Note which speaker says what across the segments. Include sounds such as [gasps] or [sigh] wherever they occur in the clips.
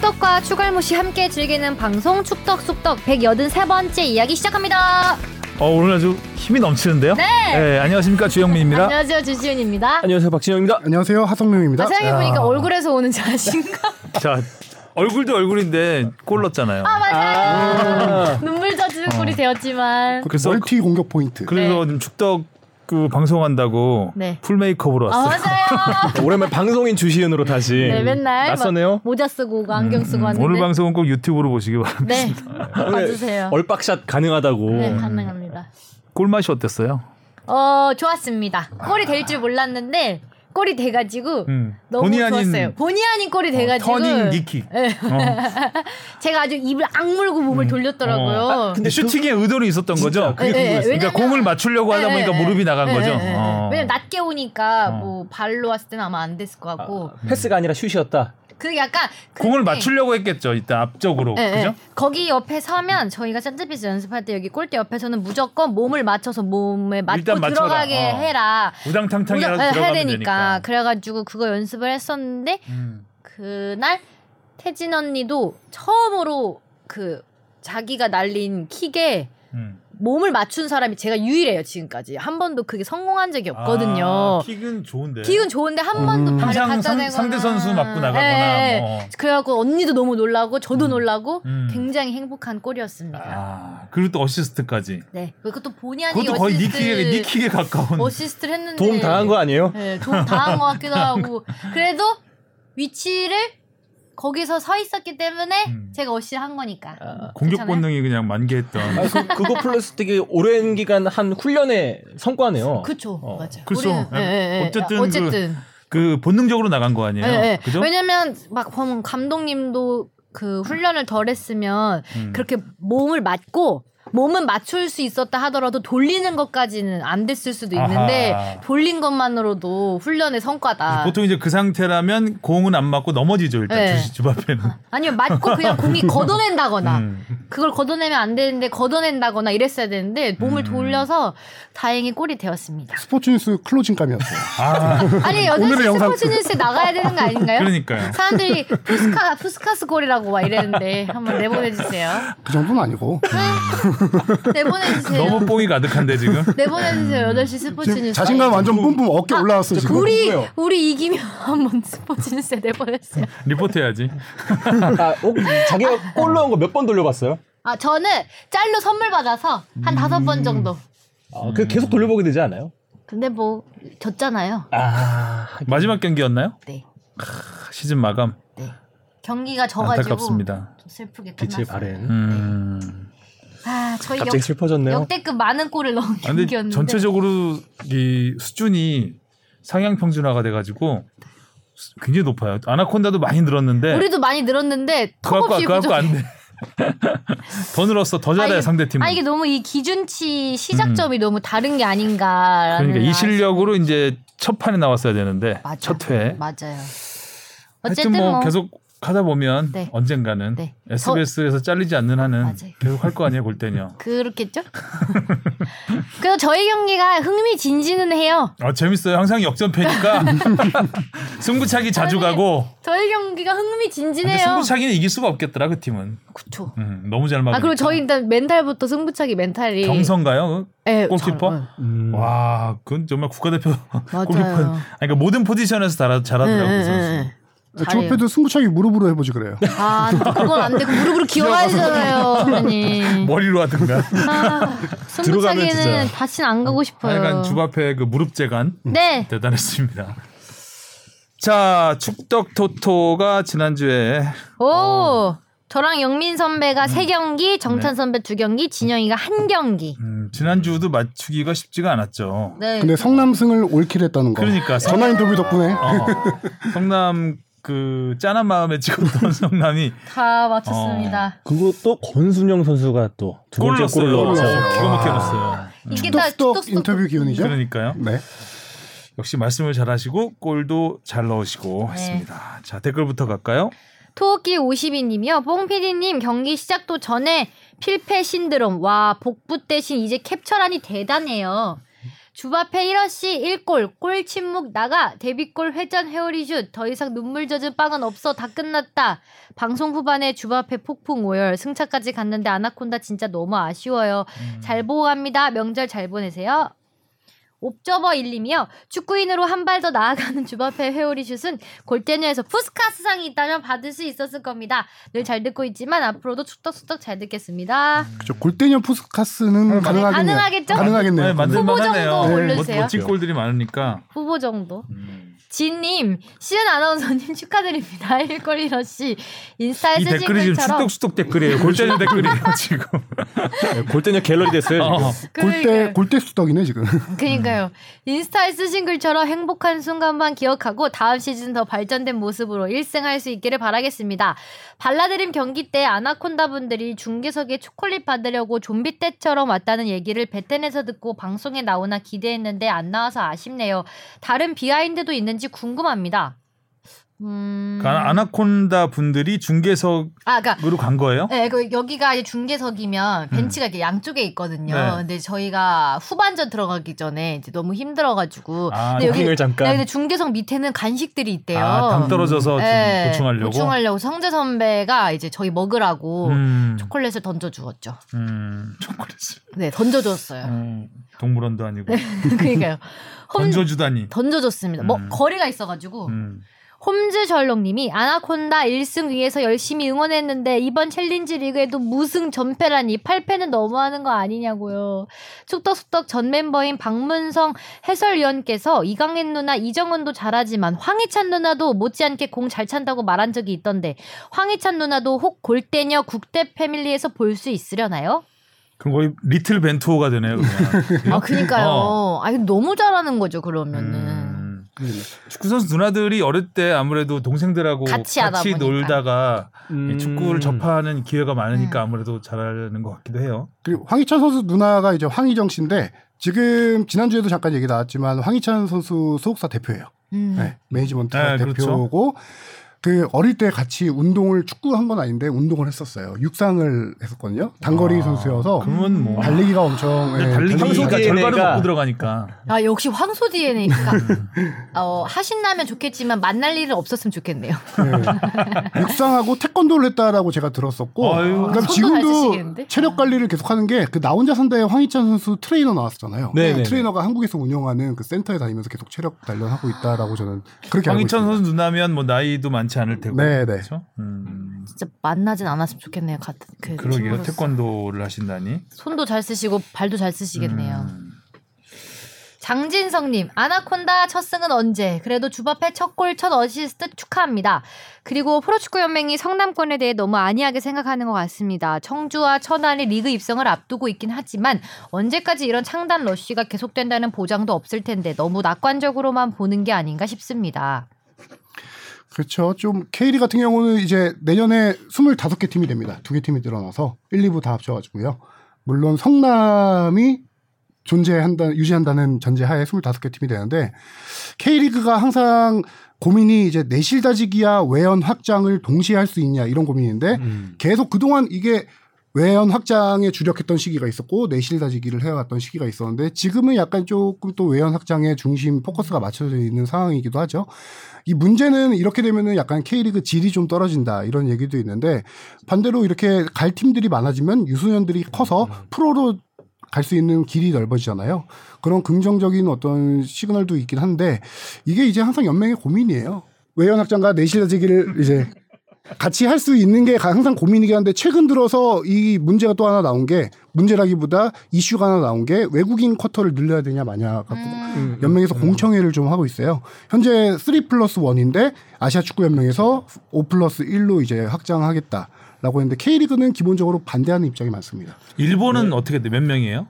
Speaker 1: 덕후와 추갈무시 함께 즐기는 방송 축덕숙덕 183번째 이야기 시작합니다.
Speaker 2: 어, 오늘 아주 힘이 넘치는데요? 예,
Speaker 1: 네.
Speaker 2: 안녕하십니까 주영민입니다.
Speaker 1: 안녕하세요 주시은입니다.
Speaker 3: 안녕하세요 박진영입니다.
Speaker 4: 안녕하세요 하성룡입니다.
Speaker 1: 아, 생각해보니까 얼굴에서 오는 자신감.
Speaker 2: 자 얼굴도 얼굴인데 골 넣었잖아요.
Speaker 1: 아 맞아요.
Speaker 3: 아,
Speaker 1: 눈물 젖은 꼴이 되었지만.
Speaker 2: 그래서
Speaker 4: 멀티 공격 포인트.
Speaker 2: 그래서 지금 축덕 그 방송한다고
Speaker 1: 네.
Speaker 2: 풀 메이크업으로
Speaker 1: 아
Speaker 2: 왔어요.
Speaker 1: 맞아요.
Speaker 3: 오랜만에 방송인 주시은으로 다시.
Speaker 1: 네 맨날 막
Speaker 3: 낯서네요.
Speaker 1: 모자 쓰고 오고 안경 쓰고 왔는데.
Speaker 2: 오늘 방송은 꼭 유튜브로 보시기 바랍니다.
Speaker 1: 네
Speaker 3: 오늘
Speaker 1: [laughs] 봐주세요.
Speaker 3: 얼박샷 가능하다고.
Speaker 1: 네 가능합니다.
Speaker 2: 골맛이 어땠어요?
Speaker 1: 어 좋았습니다. 꼴이 될 줄 몰랐는데 꼴이 돼가지고
Speaker 2: 음.
Speaker 1: 너무
Speaker 2: 본의 아닌-
Speaker 1: 좋았어요. 본의 아닌 꼴이 돼가지고 네,
Speaker 2: 터닝 니킥.
Speaker 1: 제가 아주 입을 악물고 몸을 돌렸더라고요.
Speaker 2: 어.
Speaker 3: 그
Speaker 2: 근데 슈팅의 의도는 있었던 거죠.
Speaker 1: 그게 예, 예, 궁금했어요.
Speaker 2: 그러니까
Speaker 1: 왜냐면-
Speaker 2: 공을 맞추려고 하다
Speaker 1: 예,
Speaker 2: 보니까
Speaker 1: 예, 예.
Speaker 2: 무릎이 나간
Speaker 1: 예,
Speaker 2: 거죠.
Speaker 1: 예, 예.
Speaker 2: 어.
Speaker 1: 왜냐면 낮게 오니까
Speaker 2: 어.
Speaker 1: 뭐 발로 왔을 때는 아마 안 됐을 것 같고
Speaker 3: 패스가 아니라 슛이었다.
Speaker 1: 그 약간 그-
Speaker 2: 공을
Speaker 1: 예.
Speaker 2: 맞추려고 했겠죠. 일단 앞쪽으로
Speaker 1: 예, 예.
Speaker 2: 그죠?
Speaker 1: 거기 옆에 서면 저희가 샌드피스 연습할 때 여기 골대 옆에서는 무조건 몸을 맞춰서 몸에 맞고
Speaker 2: 일단 맞춰라.
Speaker 1: 들어가게
Speaker 2: 어.
Speaker 1: 해라.
Speaker 2: 우당탕탕이라도
Speaker 1: 무조건
Speaker 2: 들어가면
Speaker 1: 네, 해야 되니까.
Speaker 2: 되니까.
Speaker 1: 그래가지고 그거 연습을 했었는데
Speaker 2: 음.
Speaker 1: 그날 태진 언니도 처음으로 그 자기가 날린 킥에
Speaker 2: 음.
Speaker 1: 몸을 맞춘 사람이 제가 유일해요 지금까지 한 번도 그게 성공한 적이 없거든요.
Speaker 2: 아, 킥은 좋은데.
Speaker 1: 기은 좋은데 한 번도 발을
Speaker 2: 항상
Speaker 1: 갖다
Speaker 2: 상,
Speaker 1: 대거나
Speaker 2: 상대 선수 맞고 나가거나
Speaker 1: 예, 예.
Speaker 2: 뭐.
Speaker 1: 그래갖고 언니도 너무 놀라고 저도 놀라고
Speaker 2: 음.
Speaker 1: 굉장히 행복한 꼴이었습니다.
Speaker 2: 아, 그리고 또 어시스트까지.
Speaker 1: 네 그것도 본의 아니게
Speaker 2: 그것도 거의
Speaker 1: 어시스트,
Speaker 2: 니킥에 니킥에 가까운.
Speaker 1: 어시스트를 했는데
Speaker 3: 도움 당한 거 아니에요?
Speaker 1: 네, 도움 당한 것 같기도 하고 그래도 위치를 거기서 서 있었기 때문에
Speaker 2: 음.
Speaker 1: 제가 어시를 한 거니까
Speaker 2: [laughs] 공격
Speaker 1: 괜찮아요?
Speaker 2: 본능이 그냥 만개했던.
Speaker 3: 아, 그, 그거 플러스 되게 오랜 기간 한 훈련의 성과네요.
Speaker 1: 그쵸
Speaker 3: 어,
Speaker 1: 맞아요.
Speaker 2: 그쵸.
Speaker 1: 우리는, 예, 예, 예.
Speaker 2: 그렇죠. 네. 어쨌든 그-
Speaker 1: 어쨌든
Speaker 2: 그 본능적으로 나간 거 아니에요?
Speaker 1: 예, 예.
Speaker 2: 그죠?
Speaker 1: 왜냐면 막 보면 감독님도 그 훈련을 덜 했으면
Speaker 2: 음.
Speaker 1: 그렇게 몸을 맞고 몸은 맞출 수 있었다 하더라도 돌리는 것까지는 안 됐을 수도 있는데
Speaker 2: 아하.
Speaker 1: 돌린 것만으로도 훈련의 성과다.
Speaker 2: 보통 이제 그 상태라면 공은 안 맞고 넘어지죠 일단
Speaker 1: 예.
Speaker 2: 주시
Speaker 1: [laughs]
Speaker 2: 집 앞에는.
Speaker 1: 아니면 맞고 그냥
Speaker 2: [laughs]
Speaker 1: 공이 걷어낸다거나
Speaker 2: 음.
Speaker 1: 그걸 걷어내면 안 되는데 걷어낸다거나 이랬어야 되는데
Speaker 2: 음.
Speaker 1: 몸을 돌려서 다행히 골이
Speaker 2: [laughs]
Speaker 1: 되었습니다.
Speaker 4: 스포츠 뉴스 클로징감이었어요.
Speaker 1: 아니 여자
Speaker 4: 오늘의 영상
Speaker 1: 스포츠 뉴스에 나가야 되는 거 아닌가요?
Speaker 2: [laughs] 그러니까요.
Speaker 1: 사람들이 푸스카 푸스카스 골이라고 막 이랬는데 한번 내보내주세요.
Speaker 4: 그 정도는 아니고
Speaker 1: 내보내주세요.
Speaker 2: 너무 음. 뽕이 가득한데 지금.
Speaker 1: 내보내주세요. 8시 스포츠
Speaker 4: 지금
Speaker 1: 뉴스.
Speaker 4: 자신감 완전 뿜뿜 어깨
Speaker 1: 아,
Speaker 4: 올라왔어 지금.
Speaker 1: 우리
Speaker 2: 음.
Speaker 3: 궁금해요.
Speaker 1: 우리 이기면 [laughs] 한번 스포츠 뉴스에 내보내주세요.
Speaker 2: 리포트 해야지.
Speaker 3: 아, 어, 자기가 골 넣은 거 몇 번 돌려봤어요?
Speaker 1: 아 저는 짤로 선물 받아서 한 다섯
Speaker 2: 음.
Speaker 1: 번 정도.
Speaker 3: 아, 그 계속 돌려보게 되지 않아요?
Speaker 1: 근데 뭐 졌잖아요.
Speaker 3: 아,
Speaker 2: 마지막 경기였나요?
Speaker 1: 네.
Speaker 2: 시즌 마감.
Speaker 1: 네. 경기가 져가지고
Speaker 2: 아,
Speaker 1: 네.
Speaker 2: 안타깝습니다.
Speaker 1: 좀 슬프게
Speaker 3: 빛을
Speaker 1: 끝났어요.
Speaker 3: 바랜.
Speaker 2: 음.
Speaker 1: 아 저희 역,
Speaker 3: 갑자기 슬퍼졌네요.
Speaker 1: 역대급 많은 골을 넣은
Speaker 2: 아, 근데
Speaker 1: 경기였는데.
Speaker 2: 전체적으로 이 수준이 상향 평준화가 돼가지고 수- 굉장히 높아요. 아나콘다도 많이 늘었는데
Speaker 1: 우리도 많이 늘었는데
Speaker 2: 그거
Speaker 1: 턱없이
Speaker 2: 그거 안
Speaker 1: [laughs]
Speaker 2: 돼. 더 늘었어, 더 잘해
Speaker 1: 이게-
Speaker 2: 상대 팀은.
Speaker 1: 아 이게 너무 이 기준치 시작점이 너무 다른 게 아닌가라는
Speaker 2: 음. 그러니까 이
Speaker 1: 아쉬움.
Speaker 2: 실력으로 이제 첫 판에 나왔어야 되는데
Speaker 1: 맞아.
Speaker 2: 첫 회.
Speaker 1: 맞아요.
Speaker 2: 하여튼
Speaker 1: 어쨌든 뭐,
Speaker 2: 뭐, 계속 하다 보면
Speaker 1: 네.
Speaker 2: 언젠가는
Speaker 1: 네.
Speaker 2: SBS에서 잘리지 않는 한은
Speaker 1: 맞아요.
Speaker 2: 계속 할 거 아니에요 골대녀.
Speaker 1: 그렇겠죠? [laughs] 그래서 저희 경기가 흥미진진은 해요.
Speaker 2: 아 재밌어요.
Speaker 1: [laughs]
Speaker 2: 항상 역전패니까 승부차기 자주
Speaker 1: 아니,
Speaker 2: 가고.
Speaker 1: 저희 경기가 흥미진진해요.
Speaker 2: 근데 승부차기는 이길 수가 없겠더라 그 팀은.
Speaker 1: 그쵸.
Speaker 2: 음, 너무 잘 맞아.
Speaker 1: 아 그리고 저희 일단 멘탈부터 승부차기 멘탈이
Speaker 2: 경선가요?
Speaker 1: 예,
Speaker 2: 골키퍼?
Speaker 1: 잘-
Speaker 3: 음.
Speaker 2: 와, 그건 정말 국가대표 골키퍼.
Speaker 1: 맞아요.
Speaker 2: 아니, 그러니까 모든 포지션에서 잘하,
Speaker 1: 예,
Speaker 2: 잘하더라고요. 그 선수.
Speaker 1: 예, 예. 잘해요.
Speaker 4: 조패도 네, 승부차기 무릎으로 해보지 그래요.
Speaker 1: 아 그건 안 되고 무릎으로 기어가야 되잖아요 선배님
Speaker 2: 머리로
Speaker 1: [laughs]
Speaker 2: 하든가. 들어가면
Speaker 1: 승부차기는
Speaker 2: 뭐 진짜.
Speaker 1: 다시는 안 가고 싶어요
Speaker 2: 하여간 주바페 그 무릎재간
Speaker 3: 음.
Speaker 1: 네
Speaker 2: 대단했습니다. 자, 축덕토토가 지난주에
Speaker 1: 오,
Speaker 2: 어.
Speaker 1: 저랑 영민 선배가 세 경기,
Speaker 2: 네.
Speaker 1: 정찬 선배 두 경기, 진영이가 한 경기.
Speaker 2: 음, 지난주도 맞추기가 쉽지가 않았죠.
Speaker 1: 네.
Speaker 4: 근데 성남승을 올킬했다는 거.
Speaker 2: 그러니까 성,
Speaker 4: 전화 인터뷰 덕분에
Speaker 2: 어, 성남 그 짠한 마음에 찍었던 [laughs] 성남이
Speaker 1: 다
Speaker 3: 어,
Speaker 1: 맞췄습니다.
Speaker 3: 그것도 권순영 선수가 또 두
Speaker 2: 골
Speaker 3: 번째 골을
Speaker 2: 넣었어요.
Speaker 3: 넣었어요.
Speaker 2: 기가 막히게 넣었어요.
Speaker 1: 이게 다
Speaker 4: 스톱스톱
Speaker 1: 뚝뚝뚝.
Speaker 4: 인터뷰 기운이죠.
Speaker 2: 그러니까요.
Speaker 4: 네.
Speaker 2: 역시 말씀을 잘하시고 골도 잘 넣으시고
Speaker 1: 네.
Speaker 2: 했습니다. 자 댓글부터 갈까요?
Speaker 1: 토끼 52님이요. 뽕피디님 경기 시작도 전에 필패 신드롬. 와 복부 대신 이제 캡처라니 대단해요. 주바페 1어시 1골, 골 침묵 나가, 데뷔골 회전 회오리 슛, 더 이상 눈물 젖은 빵은 없어, 다 끝났다. 방송 후반에 주바페 폭풍 오열, 승차까지 갔는데 아나콘다 진짜 너무 아쉬워요. 잘 보고 갑니다. 명절 잘 보내세요. 옵저버 1님이요. 축구인으로 한 발 더 나아가는 주바페 회오리 슛은 골대녀에서 푸스카스상이 있다면 받을 수 있었을 겁니다. 늘 잘 듣고 있지만 앞으로도 축덕축덕 잘 듣겠습니다.
Speaker 2: 음.
Speaker 4: 그쵸. 골대녀 푸스카스는 가능하겠네요.
Speaker 1: 가능하겠죠?
Speaker 4: 음, 가능하겠네요.
Speaker 2: 네, 만들
Speaker 1: 후보 정도
Speaker 2: 만하네요.
Speaker 1: 올려주세요.
Speaker 2: 멋진 골들이 많으니까.
Speaker 1: 후보 정도.
Speaker 2: 음.
Speaker 1: 진님, 시은 아나운서님 [laughs] 축하드립니다. 일거리러 씨 인스타에
Speaker 2: 이
Speaker 1: 쓰신
Speaker 2: 댓글이 지금
Speaker 1: 글처럼
Speaker 2: 수덕수덕 댓글이에요. 골자님 [laughs] 댓글이에요 지금.
Speaker 3: 골대녀 갤러리 됐어요. 지금.
Speaker 2: 어.
Speaker 4: 그 골대 골대 수덕이네 지금. [laughs]
Speaker 2: 음.
Speaker 1: 그니까요. 인스타에 쓰신 글처럼 행복한 순간만 기억하고 다음 시즌 더 발전된 모습으로 1승할 수 있기를 바라겠습니다. 발라드림 경기 때 아나콘다 분들이 중계석에 초콜릿 받으려고 좀비 때처럼 왔다는 얘기를 베텐에서 듣고 방송에 나오나 기대했는데 안 나와서 아쉽네요. 다른 비하인드도 있는지 궁금합니다. 음.
Speaker 2: 그 아나콘다 분들이 중계석으로
Speaker 1: 아, 그러니까
Speaker 2: 간 거예요?
Speaker 1: 네, 그 여기가 이제 중계석이면 벤치가 이렇게 양쪽에 있거든요.
Speaker 2: 음. 네.
Speaker 1: 근데 저희가 후반전 들어가기 전에 이제 너무 힘들어가지고
Speaker 2: 아,
Speaker 1: 근데
Speaker 3: 도킹을 잠깐.
Speaker 1: 네, 근데 중계석 밑에는 간식들이 있대요.
Speaker 2: 아, 당 떨어져서 좀
Speaker 1: 네,
Speaker 2: 보충하려고.
Speaker 1: 보충하려고 성재 선배가 이제 저희 먹으라고
Speaker 2: 음,
Speaker 1: 초콜릿을 던져 주었죠.
Speaker 2: 음, 초콜릿을.
Speaker 1: 네, 던져 줬어요. [laughs]
Speaker 2: 음, 동물원도 아니고
Speaker 1: 네.
Speaker 2: [laughs]
Speaker 1: 그러니까요. 홈
Speaker 2: 던져주다니.
Speaker 1: 던져 줬습니다. 뭐
Speaker 2: 음.
Speaker 1: 거리가 있어 가지고
Speaker 2: 음.
Speaker 1: 홈즈 절롱님이 아나콘다 1승 위해서 열심히 응원했는데 이번 챌린지 리그에도 무승 전패라니 8패는 너무하는 거 아니냐고요. 축덕숙덕 전 멤버인 박문성 해설위원께서 이강인 누나 이정은도 잘하지만 황희찬 누나도 못지않게 공 잘 찬다고 말한 적이 있던데 황희찬 누나도 혹 골대녀 국대 패밀리에서 볼 수 있으려나요?
Speaker 2: 그럼 거의 리틀 벤투호가 되네요. 그냥.
Speaker 1: 아 그니까요.
Speaker 2: 어.
Speaker 1: 아 너무 잘하는 거죠 그러면은.
Speaker 2: 음. 축구 선수 누나들이 어릴 때 아무래도 동생들하고
Speaker 1: 같이 하다 보니까.
Speaker 2: 놀다가 이
Speaker 3: 음.
Speaker 2: 축구를 접하는 기회가 많으니까
Speaker 1: 음.
Speaker 2: 아무래도 잘하는 것 같기도 해요.
Speaker 4: 그리고 황희찬 선수 누나가 이제 황희정 씨인데 지금 지난주에도 잠깐 얘기 나왔지만 황희찬 선수 소속사 대표예요.
Speaker 1: 음.
Speaker 4: 네, 매니지먼트
Speaker 2: 네,
Speaker 4: 대표고 그 어릴 때 같이 운동을 축구 한 건 아닌데 운동을 했었어요. 육상을 했었거든요. 단거리
Speaker 2: 아,
Speaker 4: 선수여서
Speaker 2: 그러면 뭐
Speaker 4: 달리기가 엄청 예,
Speaker 2: 달리기가
Speaker 3: 네, 달리기
Speaker 2: 절반을
Speaker 3: 얘네가-
Speaker 2: 먹고 들어가니까.
Speaker 1: 아 역시 황소
Speaker 2: [laughs]
Speaker 1: DNA니까 어, 하신다면 좋겠지만 만날 일은 없었으면 좋겠네요.
Speaker 4: 예. 육상하고 태권도를 했다라고 제가 들었었고
Speaker 2: 아유.
Speaker 4: 그다음
Speaker 1: 손도
Speaker 4: 지금도
Speaker 1: 다치시겠는데?
Speaker 4: 체력 관리를 계속하는 게 그 나 혼자 산다의 황희찬 선수 트레이너 나왔었잖아요.
Speaker 3: 네, 네.
Speaker 4: 트레이너가 한국에서 운영하는 그 센터에 다니면서 계속 체력 단련하고 있다라고 저는
Speaker 3: 그렇죠.
Speaker 4: 그렇게 알고
Speaker 2: 황희찬
Speaker 4: 있습니다.
Speaker 2: 선수 누나면 뭐 나이도 많지 않을 테고.
Speaker 4: 네, 네.
Speaker 2: 그렇죠? 음,
Speaker 1: 진짜 만나진 않았으면 좋겠네요. 같은 그
Speaker 2: 그러게요.
Speaker 1: 친구로서.
Speaker 2: 태권도를 하신다니.
Speaker 1: 손도 잘 쓰시고 발도 잘 쓰시겠네요.
Speaker 2: 음.
Speaker 1: 장진성님, 아나콘다 첫 승은 언제? 그래도 주바페 첫 골, 첫 어시스트 축하합니다. 그리고 프로축구연맹이 성남권에 대해 너무 안이하게 생각하는 것 같습니다. 청주와 천안이 리그 입성을 앞두고 있긴 하지만 언제까지 이런 창단 러쉬가 계속된다는 보장도 없을 텐데 너무 낙관적으로만 보는 게 아닌가 싶습니다.
Speaker 4: 그렇죠. 좀 K리 같은 경우는 이제 내년에 25개 팀이 됩니다. 두 개 팀이 늘어나서 1, 2부 다 합쳐가지고요. 물론 성남이 존재한다, 유지한다는 전제하에 25개 팀이 되는데 K리그가 항상 고민이 이제 내실 다지기야 외연 확장을 동시에 할 수 있냐 이런 고민인데
Speaker 3: 음.
Speaker 4: 계속 그동안 이게 외연 확장에 주력했던 시기가 있었고 내실 다지기를 해왔던 시기가 있었는데 지금은 약간 조금 또 외연 확장의 중심 포커스가 맞춰져 있는 상황이기도 하죠. 이 문제는 이렇게 되면은 약간 K리그 질이 좀 떨어진다 이런 얘기도 있는데 반대로 이렇게 갈 팀들이 많아지면 유소년들이 커서 프로로 갈 수 있는 길이 넓어지잖아요. 그런 긍정적인 어떤 시그널도 있긴 한데 이게 이제 항상 연맹의 고민이에요. 외연 확장과 내실 다지기를 이제 같이 할 수 있는 게 항상 고민이긴 한데 최근 들어서 이 문제가 또 하나 나온 게 문제라기보다 이슈가 하나 나온 게 외국인 쿼터를 늘려야 되냐 마냐 갖고
Speaker 1: 음.
Speaker 4: 연맹에서 공청회를 좀 하고 있어요. 현재 3 플러스 1인데 아시아 축구 연맹에서 5 플러스 1로 이제 확장하겠다라고 했는데 K리그는 기본적으로 반대하는 입장이 많습니다.
Speaker 3: 네.
Speaker 2: 일본은 어떻게 돼? 몇 명이에요?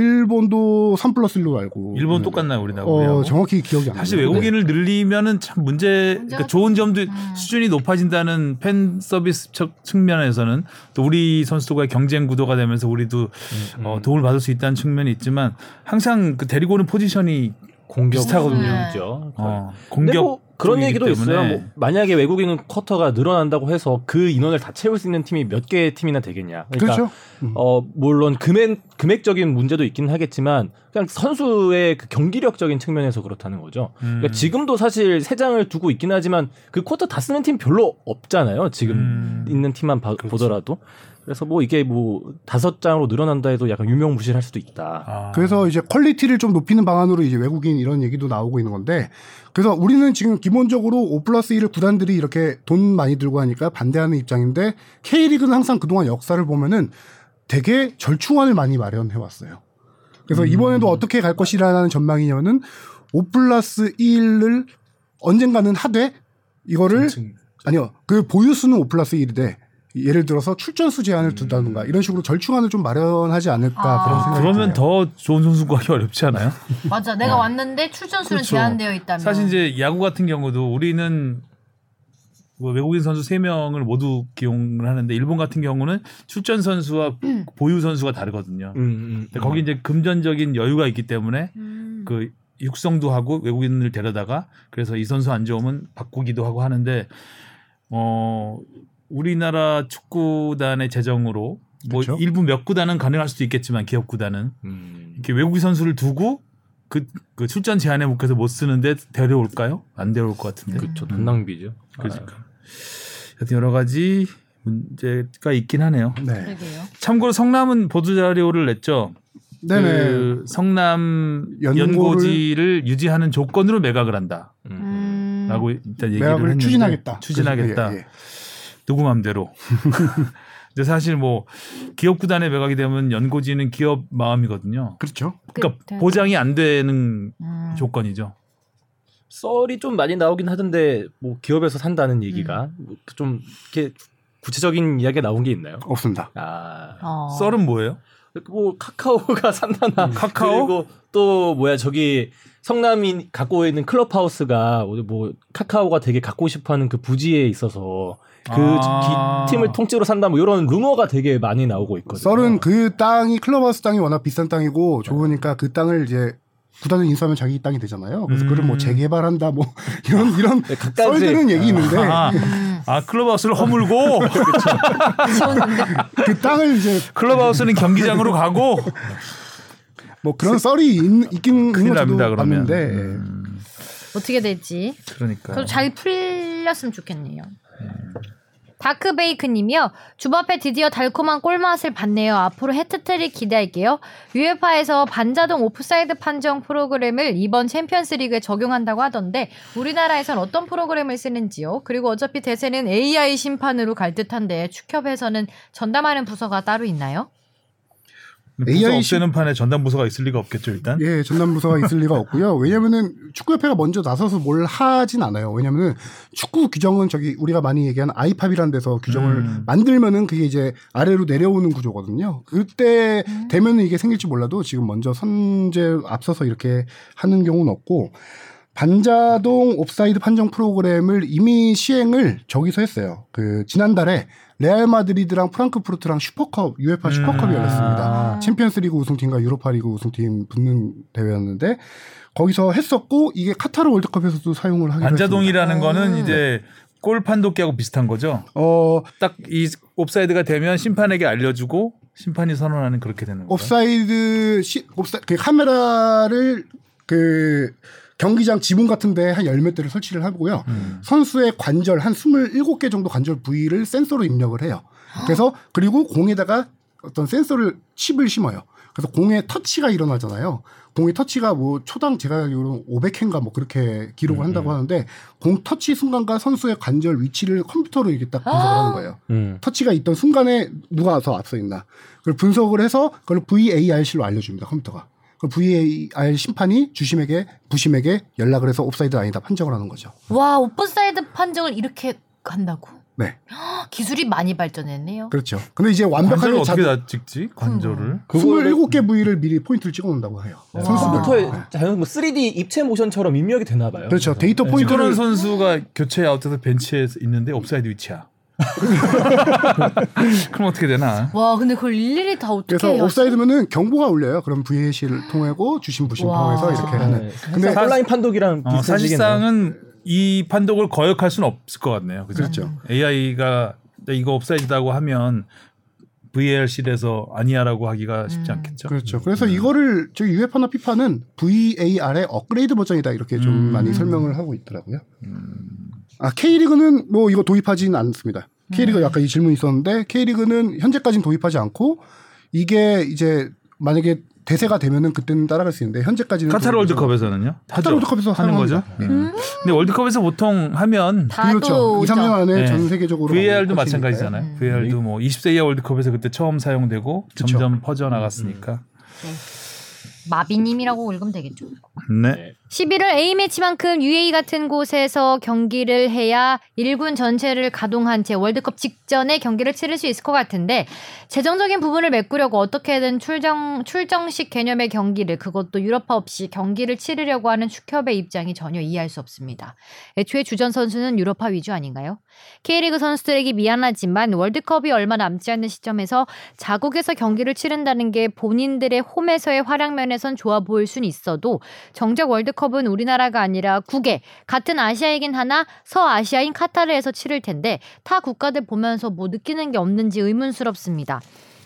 Speaker 4: 일본도 3 플러스 1로 알고
Speaker 2: 일본
Speaker 3: 음.
Speaker 4: 있는데.
Speaker 2: 똑같나요, 우리나라?
Speaker 4: 어,
Speaker 2: 우리하고?
Speaker 4: 정확히 기억이 안 나요.
Speaker 2: 사실 외국인을
Speaker 3: 네.
Speaker 2: 늘리면은 참 문제, 그러니까 좋은 점도
Speaker 1: 음.
Speaker 2: 수준이 높아진다는 팬 서비스 측, 측면에서는 또 우리 선수들과의 경쟁 구도가
Speaker 3: 음.
Speaker 2: 어, 되면서 우리도 어, 도움을 받을 수 있다는 측면이 있지만 항상 그 데리고 오는 포지션이
Speaker 3: 공격
Speaker 2: 비슷하거든요.
Speaker 1: 네.
Speaker 3: 죠
Speaker 2: 어,
Speaker 3: 근데
Speaker 2: 공격
Speaker 3: 뭐 그런
Speaker 2: 쪽이기
Speaker 3: 얘기도 있어요.
Speaker 2: 때문에.
Speaker 3: 뭐 만약에 외국인 쿼터가 늘어난다고 해서 그 인원을 다 채울 수 있는 팀이 몇 개의 팀이나 되겠냐. 그러니까
Speaker 4: 그렇죠.
Speaker 3: 어 물론 금액 금액적인 문제도 있긴 하겠지만 그냥 선수의 그 경기력적인 측면에서 그렇다는 거죠.
Speaker 2: 음.
Speaker 3: 그러니까 지금도 사실 세 장을 두고 있긴 하지만 그 쿼터 다 쓰는 팀 별로 없잖아요. 지금
Speaker 2: 음.
Speaker 3: 있는 팀만 봐- 보더라도 그래서 뭐 이게 뭐 다섯 장으로 늘어난다 해도 약간 유명무실할 수도 있다.
Speaker 2: 아.
Speaker 4: 그래서 이제 퀄리티를 좀 높이는 방안으로 이제 외국인 이런 얘기도 나오고 있는 건데 그래서 우리는 지금 기본적으로 5 플러스 1을 구단들이 이렇게 돈 많이 들고 하니까 반대하는 입장인데 K리그는 항상 그동안 역사를 보면은 되게 절충안을 많이 마련해 왔어요. 그래서
Speaker 2: 음.
Speaker 4: 이번에도 어떻게 갈 것이라는 전망이냐면은 5 플러스 1을 언젠가는 하되 이거를 아니요. 그 보유수는 5 플러스 1인데 예를 들어서 출전수 제한을 두다든가
Speaker 2: 음.
Speaker 4: 이런 식으로 절충안을 좀 마련하지 않을까
Speaker 1: 아.
Speaker 4: 그런 생각이
Speaker 2: 그러면
Speaker 4: 드네요.
Speaker 2: 더 좋은 선수 구하기 어렵지 않아요?
Speaker 1: 맞아. 내가 왔는데 출전수는
Speaker 2: 어. 그렇죠.
Speaker 1: 제한되어 있다면.
Speaker 2: 사실 이제 야구 같은 경우도 우리는 뭐 외국인 선수 세명을 모두 기용을 하는데 일본 같은 경우는 출전
Speaker 3: [clears throat]
Speaker 2: 선수와 보유 선수가 다르거든요.
Speaker 3: 음, 음,
Speaker 2: 근데 거기 이제 금전적인 여유가 있기 때문에
Speaker 1: 음.
Speaker 2: 그 육성도 하고 외국인을 데려다가 그래서 이 선수 안 좋으면 바꾸기도 하고 하는데 어 우리나라 축구단의 재정으로 뭐
Speaker 4: 그렇죠.
Speaker 2: 일부 몇 구단은 가능할 수도 있겠지만 기업 구단은
Speaker 3: 음.
Speaker 2: 이렇게 외국 선수를 두고 그, 그 출전 제한에 묶여서 못 쓰는데 데려올까요? 안 데려올 것 같은데.
Speaker 3: 그렇죠. 돈 낭비죠.
Speaker 2: 네. 음.
Speaker 3: 아,
Speaker 2: 그러니까. 여튼 여러 가지 문제가 있긴 하네요.
Speaker 4: 네.
Speaker 1: 그러게요.
Speaker 2: 참고로 성남은 보도 자료를 냈죠.
Speaker 4: 네네.
Speaker 2: 그 성남
Speaker 4: 연고를-
Speaker 2: 연고지를 유지하는 조건으로 매각을 한다라고
Speaker 3: 음.
Speaker 1: 음.
Speaker 2: 일단 얘기를
Speaker 4: 매각을
Speaker 2: 했는데
Speaker 4: 추진하겠다.
Speaker 2: 추진하겠다.
Speaker 4: 그래서, 예, 예.
Speaker 2: 누구 맘대로. [laughs] 근데 사실 뭐 기업 구단에 매각이 되면 연고지는 기업 마음이거든요.
Speaker 4: 그렇죠.
Speaker 2: 그러니까
Speaker 1: 그때- 네.
Speaker 2: 보장이 안 되는
Speaker 1: 음.
Speaker 2: 조건이죠.
Speaker 3: 썰이 좀 많이 나오긴 하던데 뭐 기업에서 산다는
Speaker 2: 음.
Speaker 3: 얘기가 뭐좀 이렇게 구체적인 이야기가 나온 게 있나요?
Speaker 4: 없습니다.
Speaker 3: 아.
Speaker 1: 어.
Speaker 2: 썰은 뭐예요?
Speaker 3: 뭐 카카오가 [laughs] 산다나
Speaker 2: 음, 카카오?
Speaker 3: 그리고 또 뭐야 저기 성남이 갖고 있는 클럽하우스가 뭐 카카오가 되게 갖고 싶어하는 그 부지에 있어서 그
Speaker 2: 아.
Speaker 3: 기- 팀을 통째로 산다 뭐 이런 루머가 되게 많이 나오고 있거든요.
Speaker 4: 썰은 그 땅이 클럽하우스 땅이 워낙 비싼 땅이고 좋으니까 그 땅을 이제 구단을 인수하면 자기 땅이 되잖아요. 그래서
Speaker 2: 음.
Speaker 4: 그걸 뭐 재개발한다 뭐 [laughs] 이런 이런
Speaker 3: 네, 각가지
Speaker 4: 썰되는 얘기 있는데
Speaker 2: 아,
Speaker 1: 음.
Speaker 2: 아 클럽하우스를 허물고
Speaker 1: 지웠는데.
Speaker 4: 그 땅을 이제
Speaker 2: [laughs] 클럽하우스는 경기장으로 가고
Speaker 4: 뭐 그런 썰이 있, 있긴
Speaker 2: 큰일 납니다 그러면.
Speaker 4: 있는 봤는데
Speaker 2: 음,
Speaker 1: 어떻게 될지.
Speaker 2: 그러니까.
Speaker 4: 네.
Speaker 1: 그럼 잘 풀렸으면 좋겠네요. 다크베이크님이요. 주바페 드디어 달콤한 꿀맛을 봤네요. 앞으로 해트트릭 기대할게요. UEFA에서 반자동 오프사이드 판정 프로그램을 이번 챔피언스리그에 적용한다고 하던데 우리나라에선 어떤 프로그램을 쓰는지요? 그리고 어차피 대세는 AI 심판으로 갈 듯한데 축협에서는 전담하는 부서가 따로 있나요?
Speaker 2: 부서
Speaker 4: AI
Speaker 2: 없애는 판에 전담 부서가 있을 리가 없겠죠 일단.
Speaker 4: 예, 전남부서가 있을 리가 없고요. 왜냐면은 축구협회가 먼저 나서서 뭘 하진 않아요. 왜냐면은 축구 규정은 저기 우리가 많이 얘기한 아이팝이라는 데서 규정을
Speaker 2: 음.
Speaker 4: 만들면은 그게 이제 아래로 내려오는 구조거든요. 그때 되면은 이게 생길지 몰라도 지금 먼저 선제 앞서서 이렇게 하는 경우는 없고 반자동 옵사이드 판정 프로그램을 이미 시행을 저기서 했어요. 그 지난달에 레알 마드리드랑 프랑크푸르트랑 슈퍼컵
Speaker 2: 음.
Speaker 4: UEFA 슈퍼컵이 열렸습니다.
Speaker 1: 아.
Speaker 4: 챔피언스리그 우승팀과 유로파리그 우승팀 붙는 대회였는데 거기서 했었고 이게 카타르 월드컵에서도 사용을 하기로 했습니다.
Speaker 2: 반자동이라는
Speaker 1: 음.
Speaker 2: 거는 이제 골 판독기하고 비슷한 거죠.
Speaker 4: 어
Speaker 2: 딱 이 옵사이드가 되면 심판에게 알려주고 심판이 선언하는 그렇게 되는 거예요.
Speaker 4: 옵사이드 시, 옵사 그 카메라를 그 경기장 지붕 같은데 한 열 몇 대를 설치를 하고요.
Speaker 2: 음.
Speaker 4: 선수의 관절 한 27개 정도 관절 부위를 센서로 입력을 해요. 그래서 그리고 공에다가 어떤 센서를 칩을 심어요. 그래서 공에 터치가 일어나잖아요. 공의 터치가 뭐 초당 제가 알기로는 500회인가 뭐 그렇게 기록을 한다고 하는데 공 터치 순간과 선수의 관절 위치를 컴퓨터로 이렇게 딱 분석을 하는 거예요.
Speaker 3: 음.
Speaker 4: 터치가 있던 순간에 누가 더 앞서 있나. 그걸 분석을 해서 그걸 VARC로 알려줍니다. 컴퓨터가. 그 VAR 심판이 주심에게 부심에게 연락을 해서 옵사이드 아니다 판정을 하는 거죠.
Speaker 1: 와 오프사이드 판정을 이렇게 한다고?
Speaker 4: 네.
Speaker 1: [gasps] 기술이 많이 발전했네요.
Speaker 4: 그렇죠. 근데 이제
Speaker 2: 관절을
Speaker 4: 완벽하게 음. 자,
Speaker 2: 어떻게 다 찍지? 관절을.
Speaker 3: 그거를
Speaker 4: 27개 부위를 미리 포인트를 찍어 놓는다고 해요.
Speaker 3: 선수부터의
Speaker 1: 아.
Speaker 4: 네.
Speaker 3: 자연 뭐 3D 입체 모션처럼 입력이 되나 봐요.
Speaker 4: 그렇죠.
Speaker 3: 그래서.
Speaker 4: 데이터
Speaker 2: 이건원
Speaker 4: 포인트를 [laughs]
Speaker 2: 선수가 교체 아웃에서 벤치에 있는데 옵사이드 위치야. [laughs] 그럼 어떻게 되나?
Speaker 1: 와 근데 그걸 일일이 다
Speaker 4: 그래서
Speaker 1: 어떻게
Speaker 4: 옵사이드면은 경고가 울려요. 그럼 VAC를 통하고 주심 부심
Speaker 1: 와. 네.
Speaker 4: 통해서 이렇게 하는. 근데
Speaker 3: 사실- 네. 온라인 판독이랑
Speaker 2: 어,
Speaker 3: 비슷해지겠네요.
Speaker 2: 사실상은 이 판독을 거역할 수는 없을 것 같네요. 그죠?
Speaker 4: 그렇죠.
Speaker 2: AI가 이거 옵사이드다고 하면 VAR실에서 아니야라고 하기가 쉽지
Speaker 1: 음.
Speaker 2: 않겠죠. 네.
Speaker 4: 그렇죠. 그래서 이거를 저기 UEFA나 피파는 VAR의 업그레이드 버전이다 이렇게 좀
Speaker 2: 음.
Speaker 4: 많이 설명을 하고 있더라고요. 아 K리그는 뭐 이거 도입하지는 않습니다.
Speaker 2: 음.
Speaker 4: K리그 약간 이 질문 이 있었는데 K리그는 현재까지는 도입하지 않고 이게 이제 만약에 대세가 되면은 그때는 따라갈 수 있는데 현재까지는
Speaker 2: 카타르
Speaker 4: 좀-
Speaker 2: 월드컵에서는요?
Speaker 4: 카타르 월드컵에서
Speaker 2: 하는 거죠.
Speaker 4: 사용합니다.
Speaker 2: 예.
Speaker 1: 음.
Speaker 2: 근데 월드컵에서 보통 하면
Speaker 4: 그렇죠. 2, 3년 안에
Speaker 2: 네.
Speaker 4: 전 세계적으로
Speaker 2: VAR도
Speaker 4: 많이 퍼지니까요.
Speaker 2: 마찬가지잖아요.
Speaker 1: 음.
Speaker 2: VAR도 뭐 20세 이하 월드컵에서 그때 처음 사용되고
Speaker 4: 그쵸.
Speaker 2: 점점 퍼져 나갔으니까.
Speaker 1: 마비님이라고 읽으면 되겠죠.
Speaker 2: 네.
Speaker 1: 11월 A매치만큼 UAE 같은 곳에서 경기를 해야 일군 전체를 가동한 채 월드컵 직전에 경기를 치를 수 있을 것 같은데 재정적인 부분을 메꾸려고 어떻게든 출정, 출정식 개념의 경기를 그것도 유럽파 없이 경기를 치르려고 하는 축협의 입장이 전혀 이해할 수 없습니다. 애초에 주전 선수는 유럽파 위주 아닌가요? K리그 선수들에게 미안하지만 월드컵이 얼마 남지 않은 시점에서 자국에서 경기를 치른다는 게 본인들의 홈에서의 활약면에선 좋아 보일 순 있어도 정작 월드컵은 우리나라가 아니라 국외 같은 아시아이긴 하나 서아시아인 카타르에서 치를 텐데 타 국가들 보면서 뭐 느끼는 게 없는지 의문스럽습니다.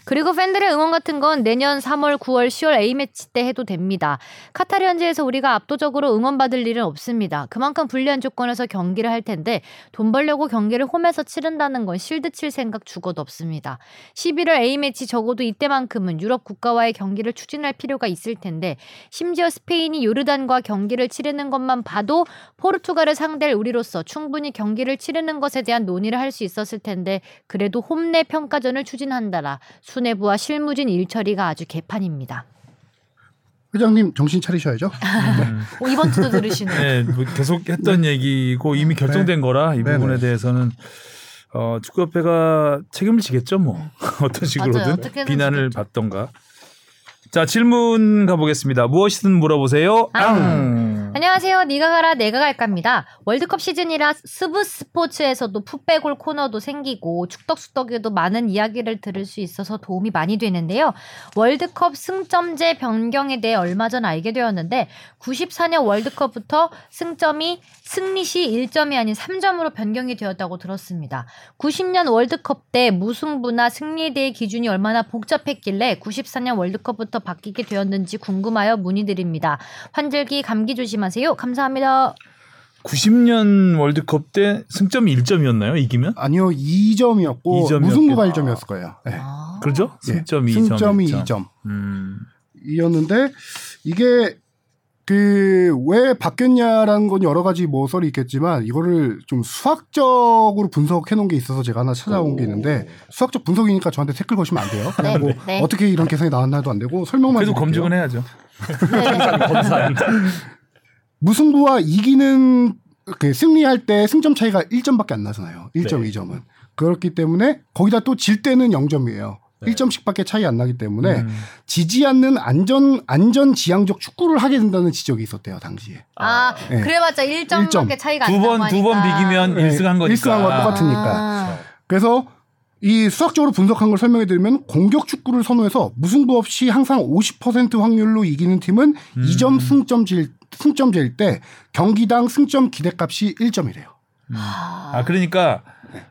Speaker 1: 그리고 팬들의 응원 같은 건 내년 3월, 9월, 10월 A매치 때 해도 됩니다. 카타르 현지에서 우리가 압도적으로 응원받을 일은 없습니다. 그만큼 불리한 조건에서 경기를 할 텐데 돈 벌려고 경기를 홈에서 치른다는 건 실드 칠 생각 죽어도 없습니다. 11월 A매치 적어도 이때만큼은 유럽 국가와의 경기를 추진할 필요가 있을 텐데 심지어 스페인이 요르단과 경기를 치르는 것만 봐도 포르투갈을 상대할 우리로서 충분히 경기를 치르는 것에 대한 논의를 할 수 있었을 텐데 그래도 홈내 평가전을 추진한다라 수뇌부와 실무진 일처리가 아주 개판입니다.
Speaker 4: 회장님 정신
Speaker 2: [laughs]
Speaker 4: 차리셔야죠.
Speaker 1: 어, 이번 주도 들으시네요.
Speaker 2: 네, 뭐 계속 했던 얘기고 이미 결정된 거라 이
Speaker 4: 음, 네,
Speaker 2: 부분에
Speaker 4: 네.
Speaker 2: 대해서는 어, 축구협회가 책임을 지겠죠, 뭐
Speaker 4: 음.
Speaker 2: [laughs] 어떤
Speaker 1: 맞아요.
Speaker 2: 식으로든
Speaker 1: 어떻게든
Speaker 2: 비난을 받던가. 자 질문 가보겠습니다. 무엇이든 물어보세요. 앙.
Speaker 1: 안녕하세요. 네가 가라 내가 갈까입니다. 월드컵 시즌이라 스브 스포츠에서도 풋백골 코너도 생기고 축덕수덕에도 많은 이야기를 들을 수 있어서 도움이 많이 되는데요. 월드컵 승점제 변경에 대해 얼마 전 알게 되었는데 94년 월드컵부터 승점이 승리 시 1점이 아닌 3점으로 변경이 되었다고 들었습니다. 90년 월드컵 때 무승부나 승리에 대해 기준이 얼마나 복잡했길래 94년 월드컵부터 바뀌게 되었는지 궁금하여 문의드립니다. 환절기 감기 조심하세요. 감사합니다.
Speaker 2: 90년 월드컵 때 승점이 1점이었나요? 이기면?
Speaker 4: 아니요 2점이었고
Speaker 2: 이 점이었겠다.
Speaker 4: 무승부 발점이었을 거예요. 네.
Speaker 1: 아.
Speaker 2: 그죠?
Speaker 4: 예.
Speaker 2: 승점이 2점.
Speaker 4: 승점이 2점.
Speaker 2: 음.
Speaker 4: 이었는데 이게 그 왜 바뀌었냐라는 건 여러 가지 뭐 썰이 있겠지만 이거를 좀 수학적으로 분석해 놓은 게 있어서 제가 하나 찾아온 게 있는데 수학적 분석이니까 저한테 댓글 거시면 안 돼요.
Speaker 1: 네,
Speaker 4: 뭐
Speaker 1: 네.
Speaker 4: 어떻게 이런 계산이 나왔나도 안 되고 설명만
Speaker 2: 아. 그래도
Speaker 4: 드릴게요.
Speaker 2: 검증은 해야죠.
Speaker 3: 음.
Speaker 4: 무승부와 이기는 그 승리할 때 승점 차이가 1점밖에 안 나잖아요. 1점,
Speaker 3: 네.
Speaker 4: 2점은. 그렇기 때문에 거기다 또 질 때는 0점이에요.
Speaker 3: 네.
Speaker 4: 1점씩밖에 차이 안 나기 때문에
Speaker 2: 음.
Speaker 4: 지지 않는 안전 안전 지향적 축구를 하게 된다는 지적이 있었대요 당시에.
Speaker 1: 아,
Speaker 4: 네.
Speaker 1: 그래봐자 1점밖에
Speaker 4: 일점.
Speaker 1: 차이가 안
Speaker 2: 두
Speaker 1: 나고
Speaker 2: 번, 두 번
Speaker 1: 하니까.
Speaker 2: 비기면
Speaker 4: 그러니까 네,
Speaker 2: 1승한 거니까.
Speaker 4: 일승한 거 똑같은- 똑같으니까.
Speaker 1: 아.
Speaker 4: 그래서 이 수학적으로 분석한 걸 설명해 드리면 공격 축구를 선호해서 무승부 없이 항상 50% 확률로 이기는 팀은
Speaker 2: 음.
Speaker 4: 2점 승점질 승점제일 때 경기당 승점 기대값이 1점이래요.
Speaker 2: 아, 그러니까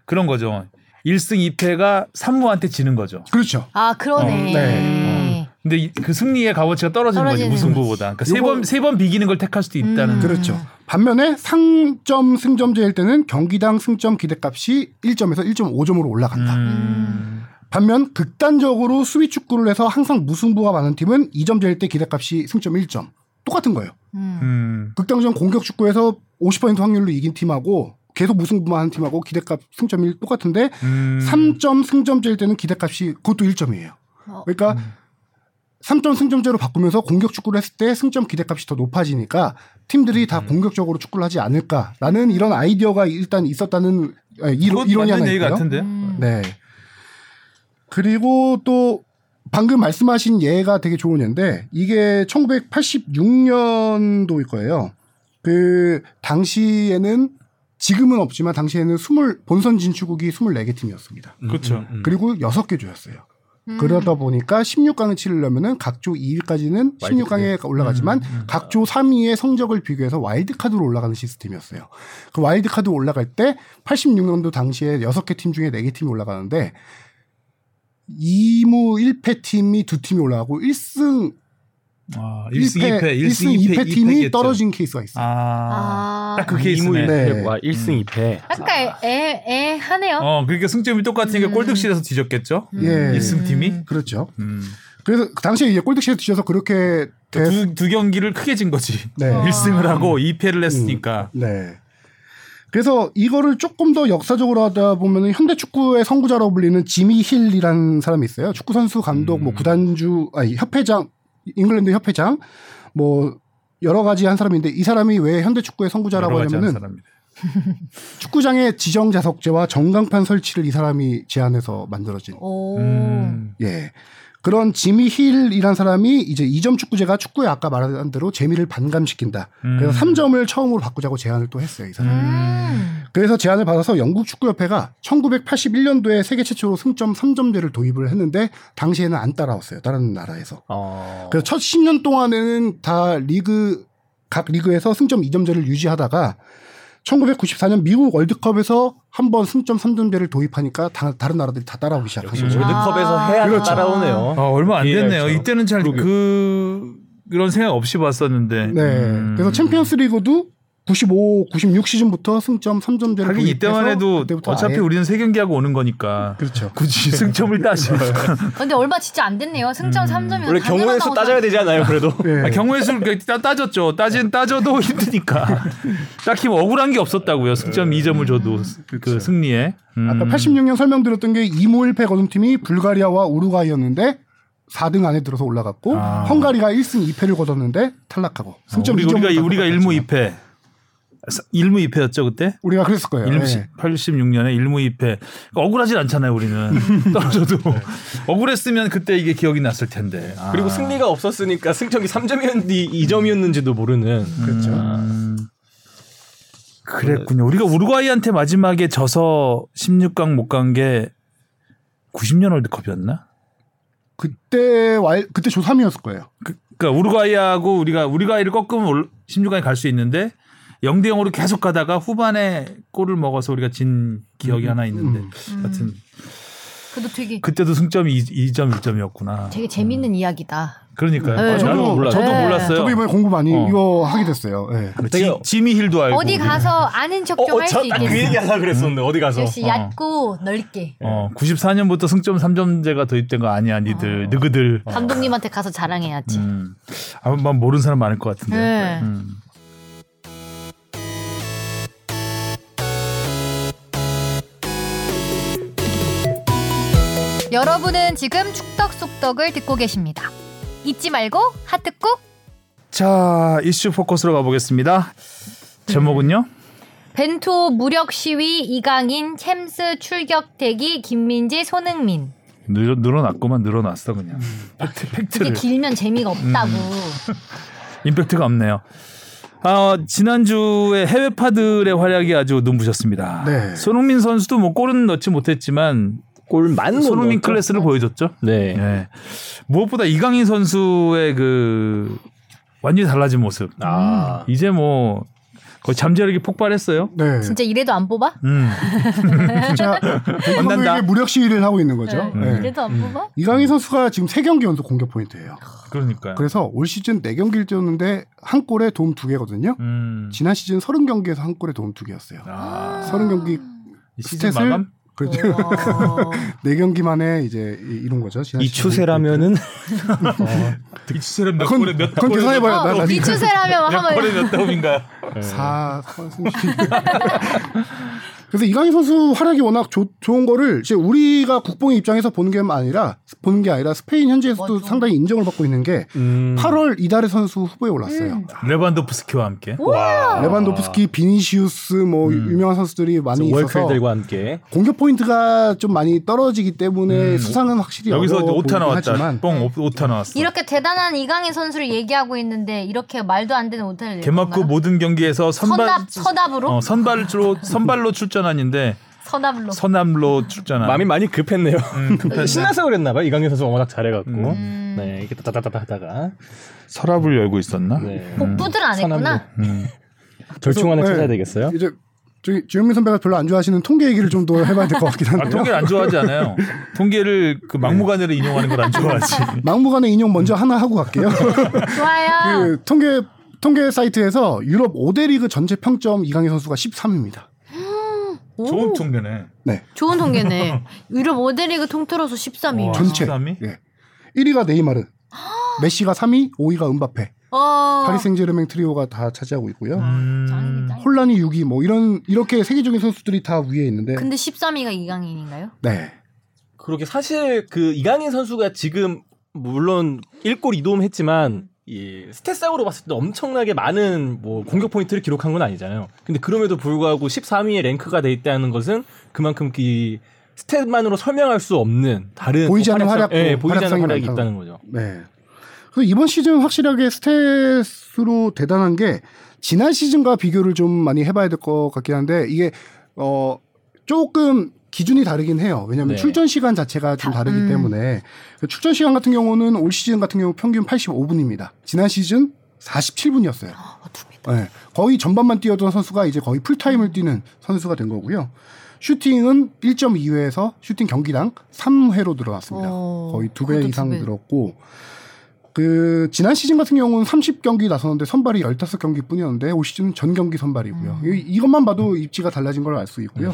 Speaker 2: 그런 거죠. 1승 2패가 3무한테 지는 거죠.
Speaker 4: 그렇죠.
Speaker 1: 아, 그러네.
Speaker 4: 어, 네.
Speaker 2: 근데 이- 그 승리의 값어치가 떨어지는 거지
Speaker 1: 떨어지는
Speaker 2: 무승부보다. 그러니까 세
Speaker 4: 요거-
Speaker 2: 번 세 번 비기는 걸 택할 수도 있다는.
Speaker 1: 음.
Speaker 4: 그렇죠. 반면에 상점 승점제일 때는 경기당 승점 기대값이 1점에서 1.5점으로 올라간다.
Speaker 2: 음.
Speaker 4: 반면 극단적으로 수비 축구를 해서 항상 무승부가 많은 팀은 2점제일 때 기대값이 승점 1점. 똑같은 거예요.
Speaker 1: 음.
Speaker 2: 음.
Speaker 4: 극단적 공격 축구에서 50% 확률로 이긴 팀하고 계속 무승부만 하는 팀하고 기대값 승점 1 똑같은데
Speaker 2: 음.
Speaker 4: 3점 승점제일 때는 기대값이 그것도 1점이에요.
Speaker 1: 어.
Speaker 4: 그러니까
Speaker 2: 음.
Speaker 4: 3점 승점제로 바꾸면서 공격 축구를 했을 때 승점 기대값이 더 높아지니까 팀들이
Speaker 2: 음.
Speaker 4: 다 공격적으로 축구를 하지 않을까라는 이런 아이디어가 일단 있었다는 에, 이론,
Speaker 2: 그것
Speaker 4: 이론이
Speaker 2: 맞는
Speaker 4: 하나
Speaker 2: 얘기
Speaker 4: 있고요.
Speaker 2: 같은데.
Speaker 1: 음.
Speaker 4: 네. 그리고 또 방금 말씀하신 예가 되게 좋은 예인데 이게 1986년도일 거예요. 그 당시에는 지금은 없지만 당시에는 20 본선 진출국이 24개 팀이었습니다.
Speaker 2: 그렇죠.
Speaker 4: 그리고 6개 조였어요.
Speaker 1: 음.
Speaker 4: 네. 그러다 보니까 16강을 치르려면은 각조 2위까지는 16강에 올라가지만 각조 3위의 성적을 비교해서 와일드카드로 올라가는 시스템이었어요. 그 와일드카드 올라갈 때 86년도 당시에 6개 팀 중에 4개 팀이 올라가는데 2무 1패 팀이 2팀이 올라가고 1승
Speaker 2: 아, 1승
Speaker 4: 1패,
Speaker 2: 2패,
Speaker 4: 1승 2패, 팀이 떨어진 케이스가 있어요.
Speaker 2: 아.
Speaker 1: 아.
Speaker 2: 딱 그 케이스네.
Speaker 4: 네.
Speaker 3: 와 1승 2패.
Speaker 1: 약간 애, 애, 하네요.
Speaker 2: 어, 그러니까 승점이 똑같으니까
Speaker 1: 음.
Speaker 2: 골득실에서 뒤졌겠죠.
Speaker 1: 음.
Speaker 4: 예.
Speaker 2: 일승 팀이?
Speaker 4: 그렇죠.
Speaker 2: 음.
Speaker 4: 그래서 그 당시에 이제 골득실에 뒤져서 그렇게 됐.
Speaker 2: 두, 두 경기를 크게 진 거지.
Speaker 4: 네.
Speaker 1: 와.
Speaker 2: 일 1승을 하고
Speaker 4: 음.
Speaker 2: 2패를 했으니까.
Speaker 4: 네. 그래서 이거를 조금 더 역사적으로 하다 보면은 현대 축구의 선구자로 불리는 지미 힐이라는 사람이 있어요. 축구 선수 감독
Speaker 2: 음.
Speaker 4: 뭐 구단주 아니 협회장 잉글랜드 협회장 뭐 여러 가지 한 사람인데 이 사람이 왜 현대 축구의
Speaker 2: 여러
Speaker 4: 선구자라고
Speaker 2: 가지 하는
Speaker 4: 하냐면은
Speaker 2: 사람이다.
Speaker 4: 축구장의 지정 좌석제와 전광판 설치를 이 사람이 제안해서 만들어진
Speaker 1: 오.
Speaker 2: 음.
Speaker 4: 예. 그런 지미 힐이란 사람이 이제 이점 축구제가 축구에 아까 말한 대로 재미를 반감시킨다. 그래서
Speaker 2: 음.
Speaker 4: 삼점을 처음으로 바꾸자고 제안을 또 했어요, 이 사람.
Speaker 1: 음.
Speaker 4: 그래서 제안을 받아서 영국 축구협회가 1981년도에 세계 최초로 승점 3점제를 도입을 했는데 당시에는 안 따라왔어요. 다른 나라에서.
Speaker 3: 어.
Speaker 4: 그래서 첫 10년 동안에는 다 리그 각 리그에서 승점 2점제를 유지하다가 1994년 미국 월드컵에서 한 번 승점 3점제를 도입하니까 다, 른 나라들이 다 따라오기
Speaker 3: 역시
Speaker 4: 시작하죠.
Speaker 3: 월드컵에서
Speaker 1: 아.
Speaker 3: 해야
Speaker 1: 그렇죠.
Speaker 3: 따라오네요.
Speaker 2: 아, 얼마 안 됐네요.
Speaker 3: VAR
Speaker 2: 이때는
Speaker 3: 처럼. 어? 그러게요.
Speaker 2: 잘 그 그런 생각 없이 봤었는데.
Speaker 4: 네.
Speaker 2: 음.
Speaker 4: 그래서 챔피언스리그도 95, 96 시즌부터 승점 3점제를
Speaker 2: 하긴 이때만 해도 어차피 우리는 세 경기하고 오는 거니까
Speaker 4: 그렇죠. [laughs] 네.
Speaker 2: 굳이 승점을 따지.
Speaker 1: 근데 얼마 진짜 안 됐네요. 승점 3점이면
Speaker 3: 원래 경우의 수 따져야 되지 않아요, 그래도?
Speaker 4: 예.
Speaker 2: 아, 경우의 수를 그냥 따- 따졌죠. 따진 따져도
Speaker 4: [laughs]
Speaker 2: 힘드니까. 딱히 뭐 억울한 게 없었다고요. 승점 2점을 줘도 그 승리에. 음.
Speaker 4: 그렇죠. 아까 86년 설명드렸던 게 2무 1패 거둔팀이 불가리아와 우루과이였는데 4등 안에 들어서 올라갔고
Speaker 2: 아.
Speaker 4: 헝가리가 1승 2패를 거뒀는데 탈락하고 승점
Speaker 2: 우리,
Speaker 4: 2점을
Speaker 2: 우리가 우리가 1무
Speaker 4: 2
Speaker 2: 2패. 1무 2패였죠, 그때?
Speaker 4: 우리가 그랬을 거예요.
Speaker 2: 일
Speaker 4: 예.
Speaker 2: 86년에 1무 2패. 그러니까 억울하진 않잖아요, 우리는. [laughs] 떨어져도. 억울했으면 그때 이게 기억이 났을 텐데. 아.
Speaker 3: 그리고 승리가 없었으니까 승점이 3점이었는지 2점이었는지도 모르는.
Speaker 4: 그렇죠.
Speaker 2: 음. 그랬군요. 우리가 우루과이한테 마지막에 져서 16강 못 간 게 90년 월드컵이었나?
Speaker 4: 그때 와일 그때 조 3이었을 거예요.
Speaker 2: 그, 그러니까 우루과이하고 우리가 우루과이를 꺾으면 올- 16강에 갈 수 있는데 0대 0으로 계속 가다가 후반에 골을 먹어서 우리가 진 기억이 하나 있는데 하여튼
Speaker 1: 음. 그래도 되게
Speaker 2: 그때도 승점이 2, 점 1점이었구나.
Speaker 1: 되게 재밌는 이야기다.
Speaker 2: 그러니까요.
Speaker 1: 네.
Speaker 2: 저도,
Speaker 4: 저도
Speaker 2: 몰랐어요. 저도
Speaker 1: 네.
Speaker 2: 몰랐어요.
Speaker 4: 저도 이번에 공부 많이
Speaker 2: 어.
Speaker 4: 이거 하게 됐어요. 예.
Speaker 2: 지,
Speaker 3: 되게-
Speaker 2: 지미 힐도 알고.
Speaker 1: 어디 가서 아는
Speaker 3: 네. 어,
Speaker 1: 척 좀
Speaker 3: 어,
Speaker 1: 할 수
Speaker 3: 저그 얘기
Speaker 1: 있겠어.
Speaker 3: 하려고 그랬었는데, 어디 가서.
Speaker 1: 역시
Speaker 2: 어.
Speaker 1: 얕고 넓게.
Speaker 2: 어, 94년부터 승점 3점제가 도입된 거 아니야, 니들. 느그들. 어.
Speaker 1: 감독님한테 가서 자랑해야지.
Speaker 2: 음. 아마 모르는 사람 많을 것 같은데.
Speaker 1: 네.
Speaker 2: 음.
Speaker 1: 여러분은 지금 축덕숙덕을 듣고 계십니다. 잊지 말고 하트 꾹.
Speaker 2: 자, 이슈 포커스로 가보겠습니다. 제목은요?
Speaker 1: 벤투 무력 시위 이강인 챔스 출격 대기 김민지 손흥민.
Speaker 2: 늘, 늘어났구만, 늘어났어, 그냥. 팩트,
Speaker 1: 이게
Speaker 2: 팩트를. 음.
Speaker 1: 길면 재미가 없다고.
Speaker 2: 임팩트가 없네요. 아, 지난주에 해외 파들의 활약이 아주 눈부셨습니다.
Speaker 4: 네.
Speaker 2: 손흥민 선수도 뭐 골은 넣지 못했지만
Speaker 3: 골만
Speaker 2: 손흥민 클래스를 보여줬죠.
Speaker 3: 네.
Speaker 2: 네. 무엇보다 이강인 선수의 그 완전히 달라진 모습.
Speaker 3: 아.
Speaker 2: 이제 뭐 거의 잠재력이 폭발했어요.
Speaker 4: 네.
Speaker 1: 진짜 이래도 안 뽑아?
Speaker 2: 음.
Speaker 4: 진짜
Speaker 2: 만난다.
Speaker 4: 대한민국에게 그 무력 시위를 하고 있는 거죠.
Speaker 2: 음.
Speaker 1: 네.
Speaker 4: 예.
Speaker 1: 이래도 안 뽑아?
Speaker 4: 이강인 선수가 지금 3경기 연속 공격 포인트예요.
Speaker 1: 음.
Speaker 2: 그러니까요.
Speaker 4: 그래서 올 시즌 4경기를 뛰었는데 한 골에 도움 2개거든요.
Speaker 2: 음.
Speaker 4: 지난 시즌 30경기에서 한 골에 도움 2개였어요.
Speaker 2: 아.
Speaker 4: 30경기
Speaker 2: 이 시즌
Speaker 4: 스탯을-
Speaker 2: 마감?
Speaker 4: 그래도
Speaker 2: 음.
Speaker 1: 우와.
Speaker 4: 네 경기 만에 이제 이- 이런 거죠. 지난
Speaker 3: 이
Speaker 4: 시즌.
Speaker 3: 추세라면은
Speaker 2: 이치세는 몇
Speaker 4: 그건,
Speaker 2: 골에 몇
Speaker 4: 그건
Speaker 2: 골에
Speaker 4: 계산해봐요. 나, 나
Speaker 1: 어, 이
Speaker 4: 지금
Speaker 1: 추세라면
Speaker 2: 몇
Speaker 1: 한번
Speaker 4: 네.
Speaker 3: 네.
Speaker 2: 골에 몇 다운인가요?
Speaker 4: 사- 삼십- [laughs] 그래서 이강인 선수 활약이 워낙 조- 좋은 거를 이제 우리가 국뽕의 입장에서 보는 게 아니라 보는 게 아니라 스페인 현지에서도
Speaker 1: 맞아.
Speaker 4: 상당히 인정을 받고 있는 게
Speaker 3: 음.
Speaker 4: 8월 이달의 선수 후보에 올랐어요.
Speaker 1: 음.
Speaker 2: [laughs] 레반도프스키와 함께
Speaker 4: 아. 레반도프스키, 비니시우스 뭐
Speaker 2: 음.
Speaker 4: 유명한 선수들이 많이 있어서
Speaker 3: 월클들과 함께
Speaker 4: 공격 포인트가 좀 많이 떨어지기 때문에
Speaker 2: 음.
Speaker 4: 수상은 확실히
Speaker 2: 여기서
Speaker 4: 어려워
Speaker 2: 오타
Speaker 4: 보이긴
Speaker 2: 나왔다.
Speaker 4: 뭐 하지만
Speaker 2: 뻥 오- 오타 나왔어.
Speaker 1: 이렇게 대단한 이강인 선수를 얘기하고 있는데 이렇게 말도 안 되는 오타를
Speaker 2: 개막구 모든 경기에서 뭐 선발
Speaker 1: 선답 서답으로
Speaker 2: 어, 선발로 선발로 출전하는데
Speaker 1: 서답으로
Speaker 2: 선남로 출전한.
Speaker 3: 마음이 많이 급했네요.
Speaker 2: 아. 음, 급했네.
Speaker 3: [laughs] 신나서 그랬나 봐. 이강인 선수 워낙 잘해갖고
Speaker 1: 음.
Speaker 3: 네 이렇게 따다다다 하다가
Speaker 2: 서랍을 열고 있었나?
Speaker 3: 네.
Speaker 1: 복부들 어, 안 했구나.
Speaker 2: [laughs]
Speaker 3: 선남으로.
Speaker 1: [laughs]
Speaker 2: 음.
Speaker 3: 절충 하나
Speaker 4: 네.
Speaker 3: 찾아야 되겠어요.
Speaker 4: 이제 저기 주현민 선배가 별로 안 좋아하시는 통계 얘기를 좀 더 해봐야 될 것 같긴
Speaker 2: 아,
Speaker 4: 한데요.
Speaker 2: 통계를 안 좋아하지 않아요. 통계를 그 막무가내로 인용하는 걸 안 좋아하지.
Speaker 4: 막무가내 인용 먼저 하나 하고 갈게요.
Speaker 1: 음. [laughs] 좋아요.
Speaker 4: 그 통계 통계 사이트에서 유럽 5대 리그 전체 평점 이강인 선수가 13입니다.
Speaker 1: 오,
Speaker 2: 좋은 통계네.
Speaker 4: 네.
Speaker 1: 좋은
Speaker 2: [laughs]
Speaker 1: 통계네. 유럽 5대리그 통틀어서 13위.
Speaker 2: 와.
Speaker 4: 전체.
Speaker 2: 13위?
Speaker 4: 예. 1위가 네이마르.
Speaker 1: 아.
Speaker 4: 메시가 3위, 5위가 은바페.
Speaker 1: 어.
Speaker 4: 파리 생제르맹 트리오가 다 차지하고 있고요.
Speaker 1: 짱이네,
Speaker 2: 음,
Speaker 1: 짱이네.
Speaker 4: 혼란이 6위 뭐 이런 이렇게 세계적인 선수들이 다 위에 있는데
Speaker 1: 근데 13위가 이강인인가요?
Speaker 4: 네.
Speaker 3: 그러게 사실 그 이강인 선수가 지금 물론 1골 2도움 했지만 이 스탯상으로 봤을 때 엄청나게 많은 뭐 공격 포인트를 기록한 건 아니잖아요. 근데 그럼에도 불구하고 13위에 랭크가 돼 있다는 것은 그만큼 그 스탯만으로 설명할 수 없는 다른
Speaker 4: 보이지 않는
Speaker 3: 활약상-
Speaker 4: 활약도
Speaker 3: 예, 보이지 않는
Speaker 4: 활약상이
Speaker 3: 활약이
Speaker 4: 많다고.
Speaker 3: 있다는 거죠.
Speaker 4: 네. 그래서 이번 시즌 확실하게 스탯으로 대단한 게 지난 시즌과 비교를 좀 많이 해봐야 될 것 같긴 한데 이게 어 조금 기준이 다르긴 해요. 왜냐하면
Speaker 3: 네.
Speaker 4: 출전 시간 자체가 좀 다르기
Speaker 1: 음.
Speaker 4: 때문에 그 출전 시간 같은 경우는 올 시즌 같은 경우 평균 85분입니다. 지난 시즌 47분이었어요.
Speaker 2: 아,
Speaker 1: 어, 두배
Speaker 4: 네. 거의 전반만 뛰었던 선수가 이제 거의 풀타임을 뛰는 선수가 된 거고요. 슈팅은 1.2회에서 슈팅 경기당 3회로 늘어났습니다.
Speaker 1: 어,
Speaker 4: 거의 두 배
Speaker 1: 그것도 두
Speaker 4: 이상
Speaker 1: 배.
Speaker 4: 늘었고 그 지난 시즌 같은 경우는 30경기 나섰는데 선발이 15경기뿐이었는데 올 시즌은 전 경기 선발이고요.
Speaker 1: 음.
Speaker 4: 이- 이것만 봐도 입지가 달라진 걸 알 수
Speaker 1: 네.
Speaker 4: 있고요.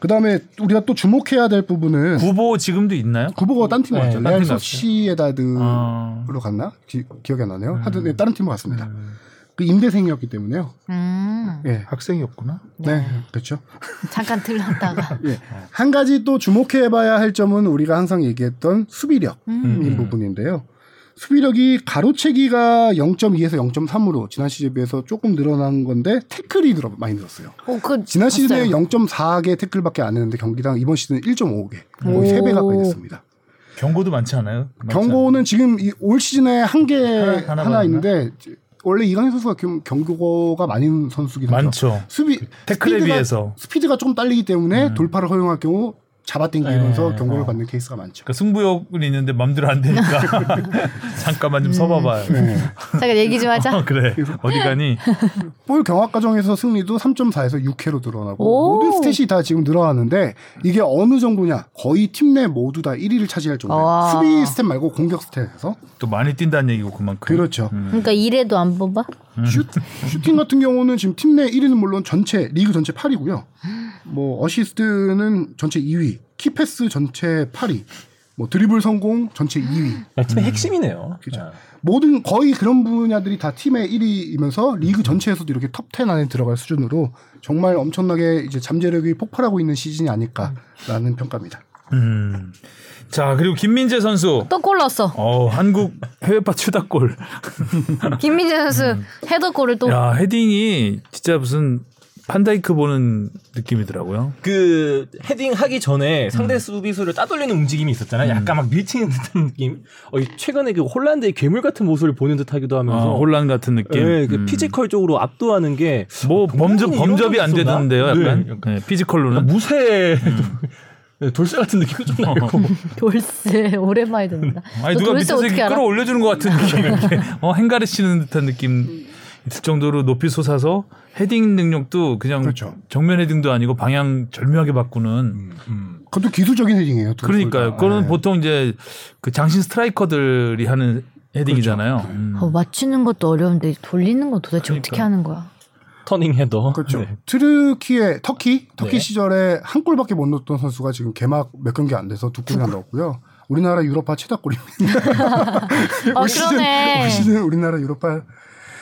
Speaker 4: 그다음에 우리가 또 주목해야 될 부분은
Speaker 2: 구보 지금도 있나요?
Speaker 4: 구보가 딴 팀으로
Speaker 2: 네,
Speaker 4: 왔죠.
Speaker 2: 딴
Speaker 4: 레알
Speaker 2: 팀 갔어요?
Speaker 4: 소시에다드로
Speaker 2: 아.
Speaker 4: 갔나? 기, 억이안 나네요.
Speaker 2: 음.
Speaker 4: 하여튼 네, 다른 팀으로 갔습니다.
Speaker 2: 음,
Speaker 4: 그 임대생이었기 때문에요.
Speaker 1: 음.
Speaker 4: 예.
Speaker 2: 학생이었구나.
Speaker 4: 네, 그렇죠.
Speaker 1: 잠깐 들렀다가.
Speaker 4: 예. 한 가지 또 주목해봐야 할 점은 우리가 항상 얘기했던 수비력.
Speaker 1: 음.
Speaker 4: 이
Speaker 2: [laughs] 음.
Speaker 4: 부분인데요. 수비력이 가로채기가 0.2에서 0.3으로 지난 시즌에 비해서 조금 늘어난 건데 태클이 늘어 많이 늘었어요.
Speaker 1: 어, 그
Speaker 4: 지난 시즌에
Speaker 1: 봤어요.
Speaker 4: 0.4개 태클밖에 안 했는데 경기당 이번 시즌 1.5개 거의
Speaker 1: 오.
Speaker 4: 3배 가까이 됐습니다.
Speaker 2: 경고도 많지 않아요? 많지
Speaker 4: 경고는 지금 이 올 시즌에 한 개
Speaker 2: 하나,
Speaker 4: 하나,
Speaker 2: 하나 받았나?
Speaker 4: 있는데 원래 이강인 선수가 경- 경고가 많은 선수긴
Speaker 2: 않아요?
Speaker 4: 하죠.
Speaker 2: 많죠.
Speaker 4: 수비
Speaker 2: 태클에
Speaker 4: 스피드가-
Speaker 2: 비해서 음.
Speaker 4: 스피드가 좀 딸리기 때문에 돌파를 허용할 경우 잡아당기면서
Speaker 2: 네,
Speaker 4: 경고를
Speaker 2: 어.
Speaker 4: 받는 케이스가 많죠.
Speaker 2: 그러니까 승부욕은 있는데 맘대로 안 되니까 [laughs] 잠깐만 좀 서봐봐요.
Speaker 4: 네.
Speaker 1: 잠깐 얘기 좀
Speaker 2: [laughs]
Speaker 1: 하자.
Speaker 2: 어, 그래 어디 가니?
Speaker 4: 볼 경합 과정에서 승리도 3.4에서 6회로 늘어나고
Speaker 1: 오.
Speaker 4: 모든 스탯이 다 지금 늘어나는데 이게 어느 정도냐 거의 팀 내 모두 다 1위를 차지할 정도예요
Speaker 1: 와.
Speaker 4: 수비 스탯 말고 공격 스탯에서
Speaker 2: 또 많이 뛴다는 얘기고 그만큼.
Speaker 4: 그렇죠
Speaker 1: 그러니까 이래도 안 뽑아?
Speaker 4: 음. 슛, 슈팅 같은 경우는 지금 팀 내 1위는 물론 전체 리그 전체 8위고요 뭐 어시스트는 전체 2위 키패스 전체 8위 뭐 드리블 성공 전체 2위
Speaker 3: 야, 팀의 아, 핵심이네요.
Speaker 4: 그죠.
Speaker 3: 아.
Speaker 4: 모든 거의 그런 분야들이 다 팀의 1위이면서 리그 전체에서도 이렇게 톱10 안에 들어갈 수준으로 정말 엄청나게 이제 잠재력이 폭발하고 있는 시즌이 아닐까라는 평가입니다.
Speaker 2: 음. 자 그리고 김민재 선수.
Speaker 1: 또 골 넣었어.
Speaker 2: 어 한국 해외파 추다골.
Speaker 1: 김민재 선수 헤더골을 [laughs] 또.
Speaker 2: 음. 야 헤딩이 진짜 무슨 판다이크 보는 느낌이더라고요. 어,
Speaker 3: 그 헤딩 하기 전에
Speaker 2: 음.
Speaker 3: 상대 수비수를 따돌리는 움직임이 있었잖아요. 약간 막 밀치는 듯한 느낌. 어, 이 최근에 그 홀란드의 괴물 같은 모습을 보는 듯하기도
Speaker 2: 아,
Speaker 3: 하면서
Speaker 2: 혼란 같은 느낌.
Speaker 3: 예, 그
Speaker 2: 음.
Speaker 3: 피지컬 쪽으로 압도하는 게
Speaker 2: 뭐 범접
Speaker 3: 동양인이 이런
Speaker 2: 범접이 안
Speaker 3: 적이 있었나?
Speaker 2: 되던데요. 약간 음.
Speaker 3: 네,
Speaker 2: 네, 피지컬로는
Speaker 3: 무쇠 네, 돌쇠 같은 느낌도 좀
Speaker 2: 어. [laughs]
Speaker 3: 나고
Speaker 1: 돌스 오랜만에 듣는다.
Speaker 2: 아니
Speaker 1: 너
Speaker 2: 누가
Speaker 1: 돌스
Speaker 2: 밑에서
Speaker 1: 어떻게
Speaker 2: 이렇게
Speaker 1: 알아?
Speaker 2: 끌어올려주는 것 같은 느낌 이렇게 어, 행가르치는 듯한 느낌 들 정도로 높이 솟아서 헤딩 능력도 그냥
Speaker 4: 그렇죠.
Speaker 2: 정면 헤딩도 아니고 방향 절묘하게 바꾸는
Speaker 3: 음,
Speaker 4: 그것도 기술적인 헤딩이에요. 둘
Speaker 2: 그러니까요.
Speaker 4: 다.
Speaker 2: 그거는
Speaker 4: 네.
Speaker 2: 보통 이제 그 장신 스트라이커들이 하는 헤딩이잖아요.
Speaker 3: 그렇죠.
Speaker 2: 음.
Speaker 1: 어, 맞추는 것도 어려운데 돌리는 건 도대체 어떻게
Speaker 2: 그러니까.
Speaker 1: 하는
Speaker 2: [laughs]
Speaker 1: 거야?
Speaker 3: 터닝 헤더.
Speaker 4: 그렇죠.
Speaker 3: 네.
Speaker 4: 트르키의 터키 터키
Speaker 3: 네.
Speaker 4: 시절에 한 골밖에 못 넣었던 선수가 지금 개막 몇 경기 안 돼서 두 골이나 넣었고요. 우리나라 유럽파 최다 골입니다.
Speaker 1: 어,
Speaker 4: 올 시즌,
Speaker 1: 그러네.
Speaker 4: [laughs] 올 시즌 우리나라 유럽파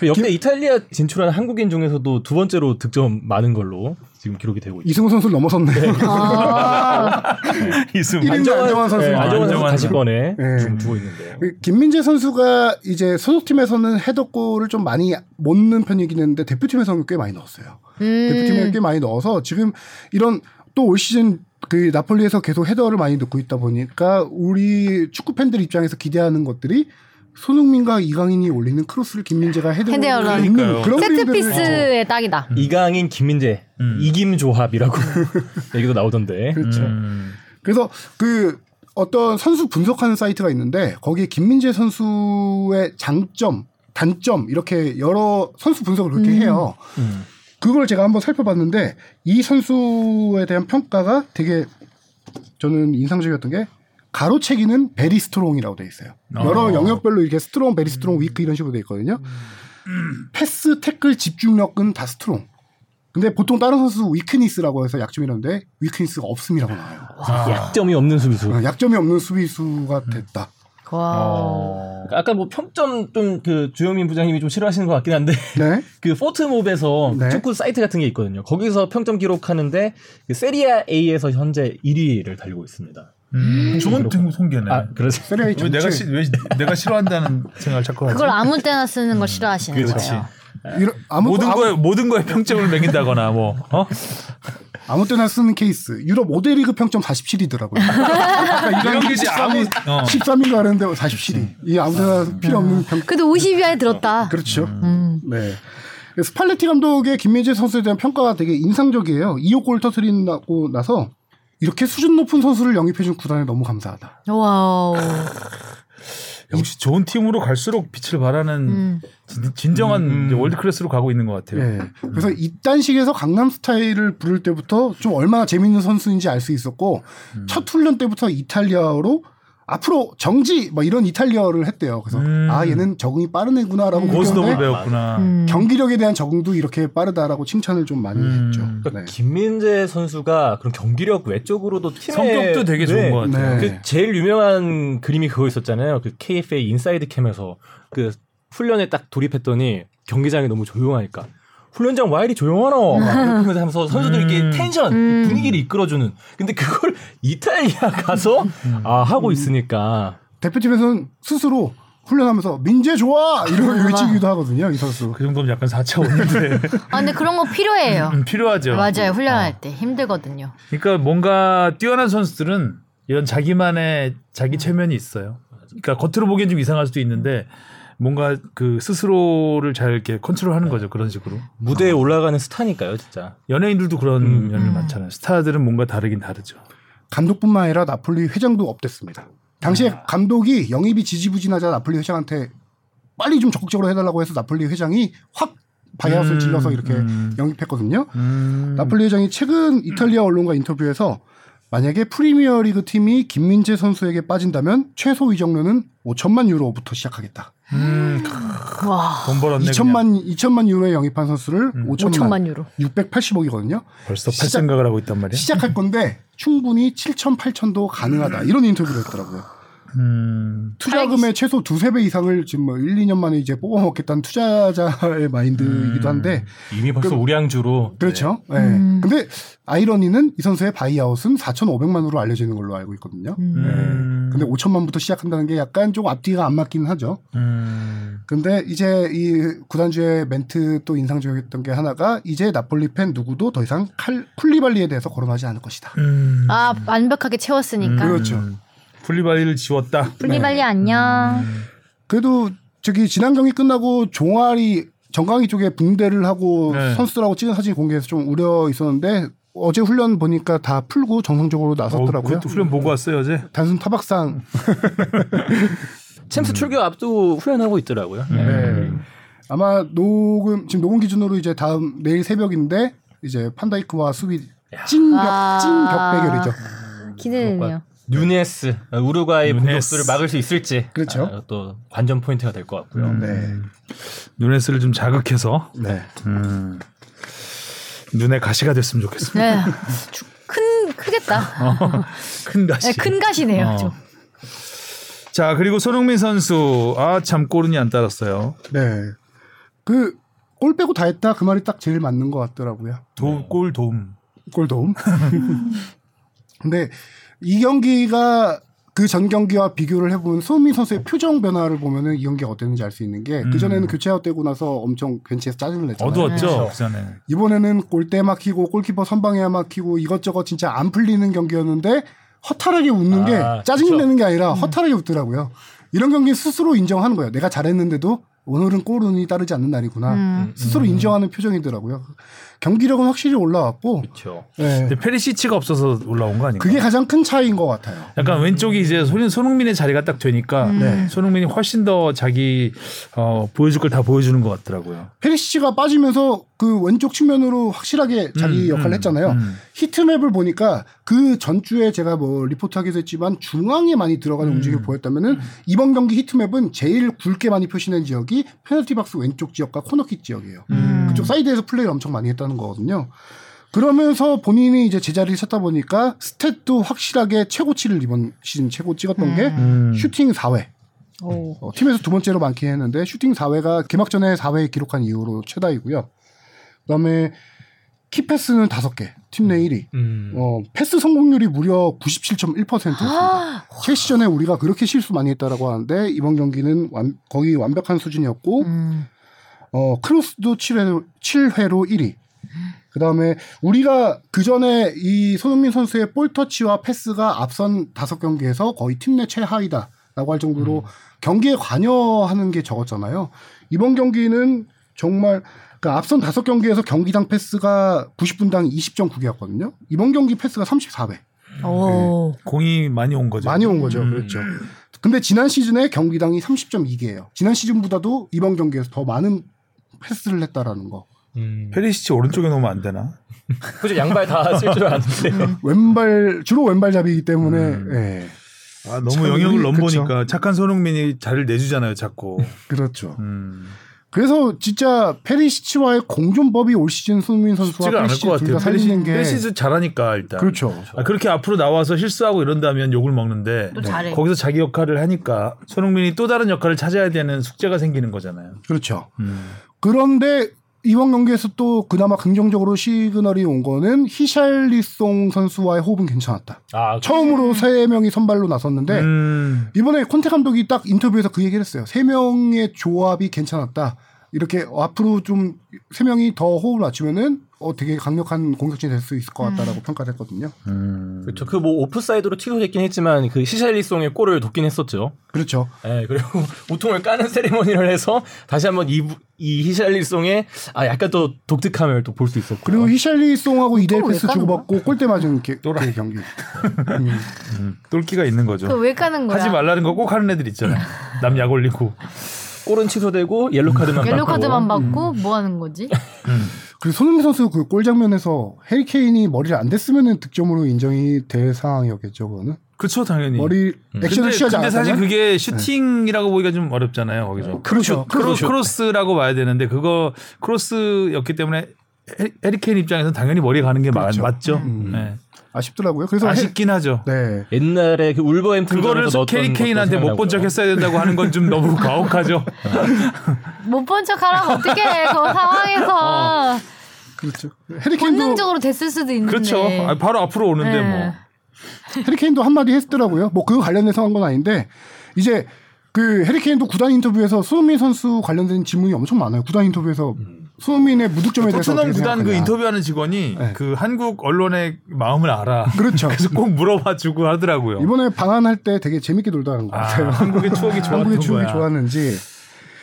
Speaker 3: 역대 그 이탈리아 진출한 한국인 중에서도 두 번째로 득점 많은 걸로 지금 기록이 되고 있죠.
Speaker 4: 이승우 선수를 넘어섰네요. [laughs]
Speaker 2: [laughs]
Speaker 1: 아,
Speaker 2: 이승
Speaker 4: 이름- 안정환 선수.
Speaker 3: 네, 안정환 선수
Speaker 2: 안정환
Speaker 3: 다시
Speaker 2: 선수.
Speaker 3: 꺼내
Speaker 4: 네.
Speaker 3: 지금 두고 있는데.
Speaker 4: 그 김민재 선수가 이제 소속팀에서는 헤더골을 좀 많이 못 넣는 편이긴 했는데 대표팀에서는 꽤 많이 넣었어요. 대표팀에 꽤
Speaker 1: 음.
Speaker 4: 많이 넣어서 지금 이런 또 올 시즌 그 나폴리에서 계속 헤더를 많이 넣고 있다 보니까 우리 축구 팬들 입장에서 기대하는 것들이 손흥민과 이강인이 올리는 크로스를 김민재가 헤더로
Speaker 1: 헤드로
Speaker 4: 넣는
Speaker 2: 그러니까요.
Speaker 4: 그런 그림들을 어.
Speaker 1: 세트피스의 딱이다.
Speaker 3: 이강인, 김민재,
Speaker 2: 음.
Speaker 3: 이김 조합이라고 [laughs] 얘기도 나오던데.
Speaker 4: 그렇죠.
Speaker 2: 음.
Speaker 4: 그래서 그 어떤 선수 분석하는 사이트가 있는데 거기에 김민재 선수의 장점, 단점 이렇게 여러 선수 분석을 그렇게
Speaker 1: 음.
Speaker 4: 해요.
Speaker 3: 음.
Speaker 4: 그걸 제가 한번 살펴봤는데 이 선수에 대한 평가가 되게 저는 인상적이었던 게 가로채기는 베리 스트롱이라고 돼 있어요. 여러
Speaker 2: 어.
Speaker 4: 영역별로 이렇게 스트롱, 베리 스트롱, 위크 이런 식으로 돼 있거든요. 패스, 태클, 집중력은 다 스트롱. 근데 보통 다른 선수 위크니스라고 해서 약점이라는데 위크니스가 없음이라고 나와요.
Speaker 2: 아.
Speaker 3: 약점이 없는 수비수.
Speaker 4: 어, 약점이 없는 수비수가
Speaker 2: 네.
Speaker 4: 됐다.
Speaker 2: 아.
Speaker 1: 와.
Speaker 2: 어.
Speaker 3: 아까 뭐 평점 좀 그 주영민 부장님이 좀 싫어하시는 것 같긴 한데 [laughs]
Speaker 4: 네.
Speaker 3: 그 포트몹에서
Speaker 4: 네.
Speaker 3: 축구 사이트 같은 게 있거든요. 거기서 평점 기록하는데 그 세리아 A에서 현재 1위를 달리고 있습니다.
Speaker 2: 음. 좋은
Speaker 3: 그렇구나.
Speaker 2: 팀 송개네.
Speaker 3: 아 그래서
Speaker 4: 세리아
Speaker 2: 왜 내가 시, 왜 내가 싫어한다는 생각을 자꾸 하지?
Speaker 1: 그걸 아무 때나 쓰는 걸 싫어하시는
Speaker 3: 그렇죠.
Speaker 2: 그렇지.
Speaker 1: 거예요.
Speaker 4: 아무
Speaker 2: 모든
Speaker 4: 아무-
Speaker 2: 거에 모든 거에 평점을 매긴다거나 뭐 어?
Speaker 4: 아무 때나 쓰는 케이스. 유럽 5대 리그
Speaker 2: [laughs]
Speaker 4: 평점 47이더라고요.
Speaker 2: 이런 게 이제 아무 어. 음.
Speaker 4: 13인가 하는데 47이. 이 아무 때나 필요 없는 평.
Speaker 1: 그래도 50위 안에 들었다.
Speaker 4: 그렇죠.
Speaker 1: 음.
Speaker 4: 네. 스팔레티 감독의 김민재 선수에 대한 평가가 되게 인상적이에요. 2호 골 터트리고 나서 이렇게 수준 높은 선수를 영입해준 구단에 너무 감사하다.
Speaker 1: 와우.
Speaker 2: 역시 좋은 팀으로 갈수록 빛을 발하는
Speaker 1: 음.
Speaker 2: 진- 진정한 이제 월드 클래스로 가고 있는 것 같아요. 음.
Speaker 4: 네. 그래서 이딴 식에서 강남 스타일을 부를 때부터 좀 얼마나 재밌는 선수인지 알 수 있었고
Speaker 2: 음.
Speaker 4: 첫 훈련 때부터 이탈리아어로 앞으로 정지 뭐 이런 이탈리아어를 했대요. 그래서
Speaker 2: 음.
Speaker 4: 아 얘는 적응이 빠른 애구나라고
Speaker 2: 고스톱을
Speaker 4: 느꼈는데
Speaker 2: 배웠구나.
Speaker 1: 그렇죠. 음.
Speaker 4: 경기력에 대한 적응도 이렇게 빠르다라고 칭찬을 좀 많이
Speaker 2: 음.
Speaker 4: 했죠.
Speaker 3: 그러니까
Speaker 4: 네.
Speaker 3: 김민재 선수가 그런 경기력 외적으로도 팀의
Speaker 2: 성격도 되게 좋은
Speaker 3: 네.
Speaker 2: 것 같아요.
Speaker 4: 네.
Speaker 3: 그 제일 유명한 그림이 그거 있었잖아요. 그 KFA 인사이드 캠에서 그 훈련에 딱 돌입했더니 경기장이 너무 조용하니까 훈련장 와 이리 조용하노 막 이러면서 하면서 선수들이
Speaker 2: 음.
Speaker 3: 이렇게 텐션
Speaker 1: 음.
Speaker 3: 분위기를 이끌어주는. 근데 그걸 [laughs] 이탈리아 가서 아 하고 있으니까
Speaker 4: 대표팀에서는 스스로 훈련하면서 민재 좋아 이런
Speaker 2: [laughs]
Speaker 4: 외치기도 하거든요. 이 선수.
Speaker 2: 그 정도면
Speaker 1: [laughs]
Speaker 2: 약간 4차원인데
Speaker 1: 아 근데 그런 거 필요해요.
Speaker 2: 음. 필요하죠.
Speaker 1: 아. 맞아요.
Speaker 2: 어.
Speaker 1: 훈련할 때 힘들거든요.
Speaker 2: 그러니까 뭔가 뛰어난 선수들은 이런 자기만의
Speaker 1: 음.
Speaker 2: 자기 체면이 있어요. 그러니까 겉으로 보기엔 좀 이상할 수도 있는데 뭔가 그 스스로를 잘 이렇게 컨트롤하는 거죠 그런 식으로.
Speaker 3: 무대에 올라가는 스타니까요, 진짜.
Speaker 2: 연예인들도 그런
Speaker 3: 음.
Speaker 2: 면이
Speaker 1: 음.
Speaker 2: 많잖아요. 스타들은 뭔가 다르긴 다르죠.
Speaker 4: 감독뿐만 아니라 나폴리 회장도 업됐습니다. 당시에
Speaker 2: 아.
Speaker 4: 감독이 영입이 지지부진하자 나폴리 회장한테 빨리 좀 적극적으로 해달라고 해서 나폴리 회장이 확 바이아웃을
Speaker 2: 음,
Speaker 4: 질러서 이렇게
Speaker 2: 음.
Speaker 4: 영입했거든요.
Speaker 2: 음.
Speaker 4: 나폴리 회장이 최근 이탈리아 언론과 인터뷰에서 만약에 프리미어리그 팀이 김민재 선수에게 빠진다면 최소 이적료는 5천만 유로부터 시작하겠다.
Speaker 2: 음,
Speaker 1: 와.
Speaker 2: 돈 벌었네.
Speaker 4: 2천만 2천만 유로에 영입한 선수를
Speaker 2: 음.
Speaker 4: 5천만,
Speaker 1: 5천만 유로.
Speaker 4: 680억이거든요.
Speaker 2: 그냥. 벌써 팔
Speaker 4: 시작-
Speaker 2: 생각을 하고 있단 말이야.
Speaker 4: 시작할 건데 충분히 7천 8천도 가능하다. 이런 인터뷰를 했더라고요.
Speaker 2: 음.
Speaker 4: 투자금의 최소 두세 배 이상을 지금 뭐 1, 2년 만에 이제 뽑아먹겠다는 투자자의 [laughs] 마인드이기도 한데,
Speaker 3: 이미 벌써 우량주로
Speaker 4: 그렇죠. 예.
Speaker 1: 음.
Speaker 4: 근데 아이러니는 이 선수의 바이아웃은 4,500만으로 알려지는 걸로 알고 있거든요.
Speaker 2: 음.
Speaker 4: 근데 5천만부터 시작한다는 게 약간 좀 앞뒤가 안 맞기는 하죠.
Speaker 2: 음.
Speaker 4: 근데 이제 이 구단주의 멘트 또 인상적이었던 게 하나가 이제 나폴리 팬 누구도 더 이상 칼, 쿨리발리에 대해서 거론하지 않을 것이다.
Speaker 2: 음.
Speaker 1: 아 완벽하게 채웠으니까.
Speaker 4: 그렇죠.
Speaker 2: 풀리바리를 지웠다.
Speaker 1: 플리발리 안녕.
Speaker 4: 그래도 저기 지난 경기 끝나고 종아리 정강이 쪽에 붕대를 하고
Speaker 2: 네.
Speaker 4: 선수들하고 찍은 사진 공개해서 좀 우려 있었는데 어제 훈련 보니까 다 풀고 정상적으로
Speaker 2: 어,
Speaker 4: 나섰더라고요.
Speaker 2: 그것도 훈련 보고 왔어요 어제.
Speaker 4: 단순 타박상.
Speaker 3: 챔스 출격 앞두고 훈련하고 있더라고요.
Speaker 4: 음.
Speaker 3: 네.
Speaker 4: 아마 녹음 지금 녹음 기준으로 이제 다음 내일 새벽인데 이제 판다이크와 수비 찐벽
Speaker 1: 아.
Speaker 4: 찐벽 대결이죠.
Speaker 1: 기대되네요.
Speaker 3: 누네스 아, 우루과이
Speaker 2: 누네스.
Speaker 3: 공격수를 막을 수 있을지
Speaker 4: 그렇죠.
Speaker 3: 아, 또 관전 포인트가 될 것 같고요.
Speaker 4: 네.
Speaker 2: 누네스를 좀 자극해서
Speaker 4: 네.
Speaker 2: 음. 눈에 가시가 됐으면 좋겠습니다.
Speaker 1: 네. 주- 큰 크겠다.
Speaker 2: [laughs] 큰 가시.
Speaker 1: 네, 큰 가시네요.
Speaker 2: 어.
Speaker 1: 좀.
Speaker 2: 자 그리고 손흥민 선수 아 참 꼬른이 안 따랐어요.
Speaker 4: 네. 그 골 빼고 다 했다 그 말이 딱 제일 맞는 것 같더라고요.
Speaker 2: 도, 골 도움.
Speaker 4: 골 도움. [laughs] 근데 이 경기가 그 전 경기와 비교를 해본 손흥민 선수의 표정 변화를 보면은 이 경기가 어땠는지 알 수 있는 게
Speaker 2: 음.
Speaker 4: 그전에는 교체아웃되고 나서 엄청 괜치에서 짜증을 냈잖아요.
Speaker 2: 어두웠죠.
Speaker 1: 그렇죠.
Speaker 2: 그 전에.
Speaker 4: 이번에는 골대 막히고 골키퍼 선방에 막히고 이것저것 진짜 안 풀리는 경기였는데 허탈하게 웃는
Speaker 3: 아,
Speaker 4: 게 짜증
Speaker 3: 그쵸.
Speaker 4: 내는 게 아니라 허탈하게 웃더라고요. 이런 경기 스스로 인정하는 거예요. 내가 잘했는데도 오늘은 골운이 따르지 않는 날이구나.
Speaker 1: 음.
Speaker 4: 스스로 인정하는 표정이더라고요. 경기력은 확실히 올라왔고
Speaker 3: 그렇죠.
Speaker 4: 예.
Speaker 2: 근데 페리시치가 없어서 올라온 거 아닌가?
Speaker 4: 그게 가장 큰 차이인 것 같아요.
Speaker 2: 약간 왼쪽이 이제 손, 손흥민의 자리가 딱 되니까
Speaker 1: 음. 네.
Speaker 2: 손흥민이 훨씬 더 자기 어, 보여줄 걸 다 보여주는 것 같더라고요.
Speaker 4: 페리시치가 빠지면서 그 왼쪽 측면으로 확실하게 자기
Speaker 2: 음,
Speaker 4: 역할을
Speaker 2: 음,
Speaker 4: 했잖아요.
Speaker 2: 음.
Speaker 4: 히트맵을 보니까 그 전주에 제가 뭐 리포트하기도 했지만 중앙에 많이 들어가는
Speaker 2: 음.
Speaker 4: 움직임을 보였다면은 이번 경기 히트맵은 제일 굵게 많이 표시된 지역이 페널티 박스 왼쪽 지역과 코너킥 지역이에요.
Speaker 1: 음.
Speaker 4: 그쪽 사이드에서 플레이를 엄청 많이 했다는 거거든요. 그러면서 본인이 이제 제자리를 찾다 보니까 스탯도 확실하게 최고치를 이번 시즌 최고 찍었던 게
Speaker 2: 음.
Speaker 4: 슈팅 4회.
Speaker 1: 오.
Speaker 4: 어, 팀에서 두 번째로 많긴 했는데 슈팅 4회가 개막전에 4회 기록한 이후로 최다이고요. 그다음에 키패스는 5개, 팀 내 1위.
Speaker 3: 음.
Speaker 4: 어, 패스 성공률이 무려 97.1%였습니다.
Speaker 1: 아,
Speaker 4: 첼시전에 우리가 그렇게 실수 많이 했다라고 하는데 이번 경기는 완- 거의 완벽한 수준이었고
Speaker 1: 음.
Speaker 4: 어, 크로스도 7회, 7회로 1위. 그 다음에 우리가 그 전에 이 손흥민 선수의 볼터치와 패스가 앞선 다섯 경기에서 거의 팀 내 최하이다. 라고 할 정도로 경기에 관여하는 게 적었잖아요. 이번 경기는 정말 그 앞선 다섯 경기에서 경기당 패스가 90분당 20.9개였거든요. 이번 경기 패스가 34회.
Speaker 1: 오.
Speaker 2: 공이 많이 온 거죠.
Speaker 4: 많이 온 거죠.
Speaker 2: 음.
Speaker 4: 그렇죠. 근데 지난 시즌에 경기당이 30.2개예요. 지난 시즌보다도 이번 경기에서 더 많은 패스를 했다라는 거.
Speaker 3: 음.
Speaker 2: 페리시치 오른쪽에 놓으면 안 되나?
Speaker 3: 그죠 양발 다 [laughs] 쓸 줄 아는데요.
Speaker 1: 음.
Speaker 4: 왼발 주로 왼발잡이기 때문에
Speaker 2: 음.
Speaker 4: 예.
Speaker 2: 아, 너무
Speaker 4: 참,
Speaker 2: 영역을
Speaker 4: 우리-
Speaker 2: 넘보니까 착한 손흥민이 자리를 내주잖아요, 자꾸.
Speaker 4: 그렇죠.
Speaker 2: 음.
Speaker 4: 그래서 진짜 페리시치와의 공존법이 올 시즌 손흥민 선수와
Speaker 2: 쉽지가 않을
Speaker 4: 페리시치
Speaker 2: 것 같아요.
Speaker 4: 둘다 살리는
Speaker 2: 페리시,
Speaker 4: 게
Speaker 2: 페리시치 잘하니까 일단.
Speaker 4: 그렇죠.
Speaker 2: 아, 그렇게 앞으로 나와서 실수하고 이런다면 욕을 먹는데
Speaker 1: 또 잘해.
Speaker 2: 네, 거기서 자기 역할을 하니까 손흥민이 또 다른 역할을 찾아야 되는 숙제가 생기는 거잖아요.
Speaker 4: 그렇죠.
Speaker 2: 음.
Speaker 4: 그런데 이번 경기에서 또 그나마 긍정적으로 시그널이 온 거는 히샬리송 선수와의 호흡은 괜찮았다.
Speaker 3: 아
Speaker 4: 처음으로 세 명이 선발로 나섰는데
Speaker 2: 음.
Speaker 4: 이번에 콘테 감독이 딱 인터뷰에서 그 얘기를 했어요. 세 명의 조합이 괜찮았다. 이렇게 앞으로 좀 세 명이 더 호흡을 맞추면은 어, 되게 강력한 공격진이 될 수 있을 것 같다라고 평가를 했거든요.
Speaker 2: 음.
Speaker 3: 그렇죠. 그 뭐 오프사이드로 취소됐긴 했지만 그 시샬리송의 골을 돕긴 했었죠.
Speaker 4: 그렇죠.
Speaker 3: 예, 그리고 [laughs] 우통을 까는 세리머니를 해서 다시 한번 이, 부- 이 히샬리송의 아 약간 또 독특함을 또 볼 수 있었고.
Speaker 4: 그리고 히샬리송하고 이대
Speaker 1: 왜
Speaker 4: 패스
Speaker 1: 까는
Speaker 4: 주고받고 골대 맞은 게, 그 경기.
Speaker 2: 음. 똘끼가 있는
Speaker 1: 그거
Speaker 2: 거죠.
Speaker 1: 왜 까는 거야?
Speaker 2: 하지 말라는 거 꼭 하는 애들
Speaker 4: [laughs]
Speaker 2: 있잖아요. 남 약 올리고.
Speaker 3: 골은 취소되고 옐로 카드만
Speaker 1: 옐로
Speaker 3: 받고. 음.
Speaker 1: 카드만 받고 뭐 하는 거지?
Speaker 4: 그리고 손흥민 선수 그 골 장면에서 해리케인이 머리를 안 댔으면은 득점으로 인정이 될 상황이었겠죠, 그거는.
Speaker 2: 그렇죠, 당연히.
Speaker 4: 머리
Speaker 2: 근데,
Speaker 4: 액션을 취하지
Speaker 2: 근데 사실
Speaker 4: 않았다면
Speaker 2: 그게 슈팅이라고 보기가 좀 어렵잖아요, 거기서.
Speaker 4: 그렇죠.
Speaker 2: 크로, 크로스라고 봐야 되는데 그거 크로스였기 때문에 해- 해리케인 입장에서는 당연히 머리 가는 게
Speaker 4: 그렇죠.
Speaker 2: 마, 맞죠.
Speaker 4: 음.
Speaker 2: 네.
Speaker 4: 아쉽더라고요. 그래서 해-
Speaker 2: 아쉽긴 하죠.
Speaker 4: 네.
Speaker 3: 옛날에 그 울버햄튼
Speaker 2: 그거를 해리케인한테 못 본 적 했어야 된다고 하는 건 좀
Speaker 4: [laughs]
Speaker 2: 너무 과혹하죠.
Speaker 1: 못 본 척 하라면 어떡해. 그 상황에서
Speaker 4: 그렇죠. 해리케인도
Speaker 1: 본능적으로 됐을 수도 있는데.
Speaker 2: 그렇죠.
Speaker 4: 네.
Speaker 2: 아, 바로 앞으로
Speaker 1: 네.
Speaker 2: 오는데 뭐.
Speaker 4: 해리케인도 한마디 했더라고요. 뭐 그거 관련해서 한 건 아닌데 이제 그 해리케인도 구단 인터뷰에서 손흥민 선수 관련된 질문이 엄청 많아요. 구단 인터뷰에서 손흥민의 무득점에 대해서
Speaker 2: 토트넘
Speaker 4: 어떻게
Speaker 2: 구단 그
Speaker 4: 생각하냐.
Speaker 2: 인터뷰하는 직원이
Speaker 4: 네.
Speaker 2: 그 한국 언론의 마음을 알아. [laughs]
Speaker 4: 그렇죠.
Speaker 2: 그래서 꼭 물어봐주고 하더라고요.
Speaker 4: 이번에 방한할 때 되게 재밌게 놀다는 것
Speaker 2: 아,
Speaker 4: 같아요.
Speaker 2: 한국의 추억이 좋았던
Speaker 4: 네. 한국의 추억이
Speaker 2: 거야.
Speaker 4: 좋았는지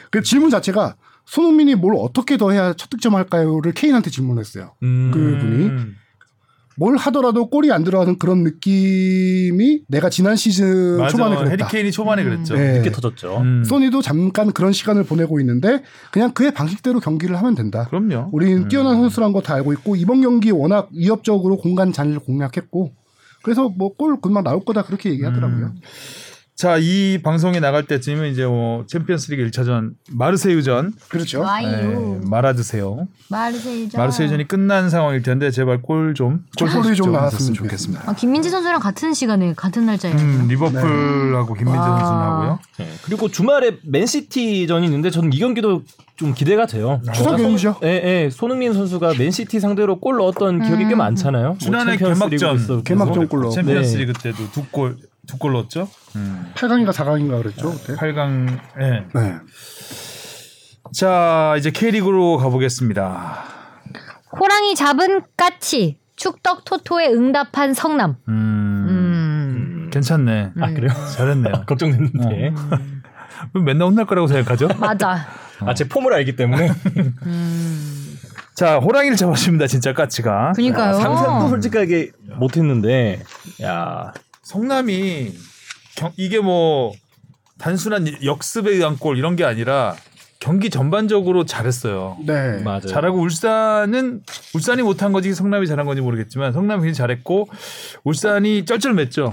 Speaker 4: 그 질문 자체가 손흥민이 뭘 어떻게 더 해야 첫 득점할까요를 케인한테 질문했어요. 그분이
Speaker 2: 음.
Speaker 4: 뭘 하더라도 골이 안 들어가는 그런 느낌이 내가 지난 시즌
Speaker 2: 맞아.
Speaker 4: 초반에 그랬다.
Speaker 2: 해리케인이 초반에 그랬죠.
Speaker 4: 네.
Speaker 3: 늦게 터졌죠.
Speaker 2: 음.
Speaker 4: 소니도 잠깐 그런 시간을 보내고 있는데 그냥 그의 방식대로 경기를 하면 된다.
Speaker 2: 그럼요.
Speaker 4: 우리는 뛰어난 선수란 거 다 알고 있고 이번 경기 워낙 위협적으로 공간 잔을 공략했고 그래서 뭐 골 금방 나올 거다 그렇게 얘기하더라고요.
Speaker 2: 자, 이 방송이 나갈 때쯤이면 이제 뭐 챔피언스리그 1차전 마르세유전
Speaker 4: 그렇죠.
Speaker 1: 아, 와이요.
Speaker 2: 네, 말아주세요.
Speaker 1: 마르세유전.
Speaker 2: 마르세유전이 끝난 상황일 텐데 제발 골 좀.
Speaker 4: 골이 좀 나왔으면
Speaker 1: 아, 김민지 선수랑 같은 시간에 같은 날짜에.
Speaker 2: 음,
Speaker 4: 네.
Speaker 2: 리버풀하고 김민재
Speaker 1: 와.
Speaker 2: 선수하고요.
Speaker 3: 네, 그리고 주말에 맨시티전이 있는데 저는 이 경기도 좀 기대가 돼요.
Speaker 4: 네. 추석 연휴죠.
Speaker 3: 예, 예. 손흥민 선수가 맨시티 상대로 골
Speaker 1: 음.
Speaker 3: 넣었던 기억이 꽤 많잖아요. 뭐
Speaker 2: 지난해
Speaker 3: 챔피언스 리그도 네.
Speaker 2: 개막전.
Speaker 3: 있었고.
Speaker 4: 개막전 골로
Speaker 2: 챔피언스리그 때도 두 골, 두 골 넣었죠. 음.
Speaker 4: 8강인가 4강인가 그랬죠. 그때.
Speaker 2: 8강. 예.
Speaker 4: 네.
Speaker 2: 자, 이제 K리그로 가보겠습니다.
Speaker 1: 호랑이 잡은 까치. 축덕 토토에 응답한 성남.
Speaker 2: 음,
Speaker 1: 음.
Speaker 2: 괜찮네.
Speaker 3: 아, 그래요?
Speaker 2: [laughs] 잘했네요.
Speaker 3: 걱정됐는데.
Speaker 2: 왜 맨날 혼날 거라고 [laughs] 생각하죠?
Speaker 1: 맞아.
Speaker 3: 아, 제 폼을 알기 때문에.
Speaker 1: 음.
Speaker 2: 자, 호랑이를 잡았습니다. 진짜 까치가.
Speaker 1: 그니까요.
Speaker 3: 아, 상상도 솔직하게 못 했는데. 야.
Speaker 2: 성남이 경- 이게 뭐 단순한 역습에 의한 골 이런 게 아니라 경기 전반적으로 잘했어요.
Speaker 4: 네.
Speaker 3: 맞아요.
Speaker 2: 잘하고 울산은 울산이 못한 건지 성남이 잘한 건지 모르겠지만 성남이 굉장히 잘했고 울산이 쩔쩔맸죠.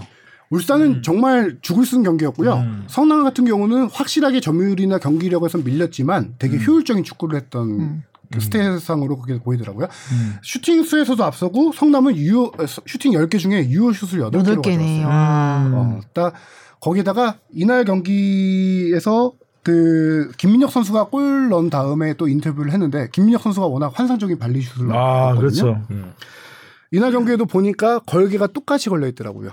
Speaker 4: 울산은 정말 죽을 쓴 경기였고요.
Speaker 2: 음.
Speaker 4: 성남 같은 경우는 확실하게 점유율이나 경기력에서 밀렸지만 되게 효율적인 축구를 했던
Speaker 1: 음.
Speaker 4: 그 스탯상으로 그게 보이더라고요.
Speaker 2: 음.
Speaker 4: 슈팅 수에서도 앞서고 성남은 유효 어, 슈팅 10개 중에 유효 슛을 8개로
Speaker 1: 여덟
Speaker 4: 가져왔어요.
Speaker 1: 개네요. 음.
Speaker 4: 어, 딱 거기다가 이날 경기에서 그 김민혁 선수가 골 넣은 다음에 또 인터뷰를 했는데 김민혁 선수가 워낙 환상적인 발리슛을
Speaker 2: 아
Speaker 4: 넣었거든요.
Speaker 2: 그렇죠.
Speaker 4: 이날 경기에도 보니까 걸개가 똑같이 걸려 있더라고요.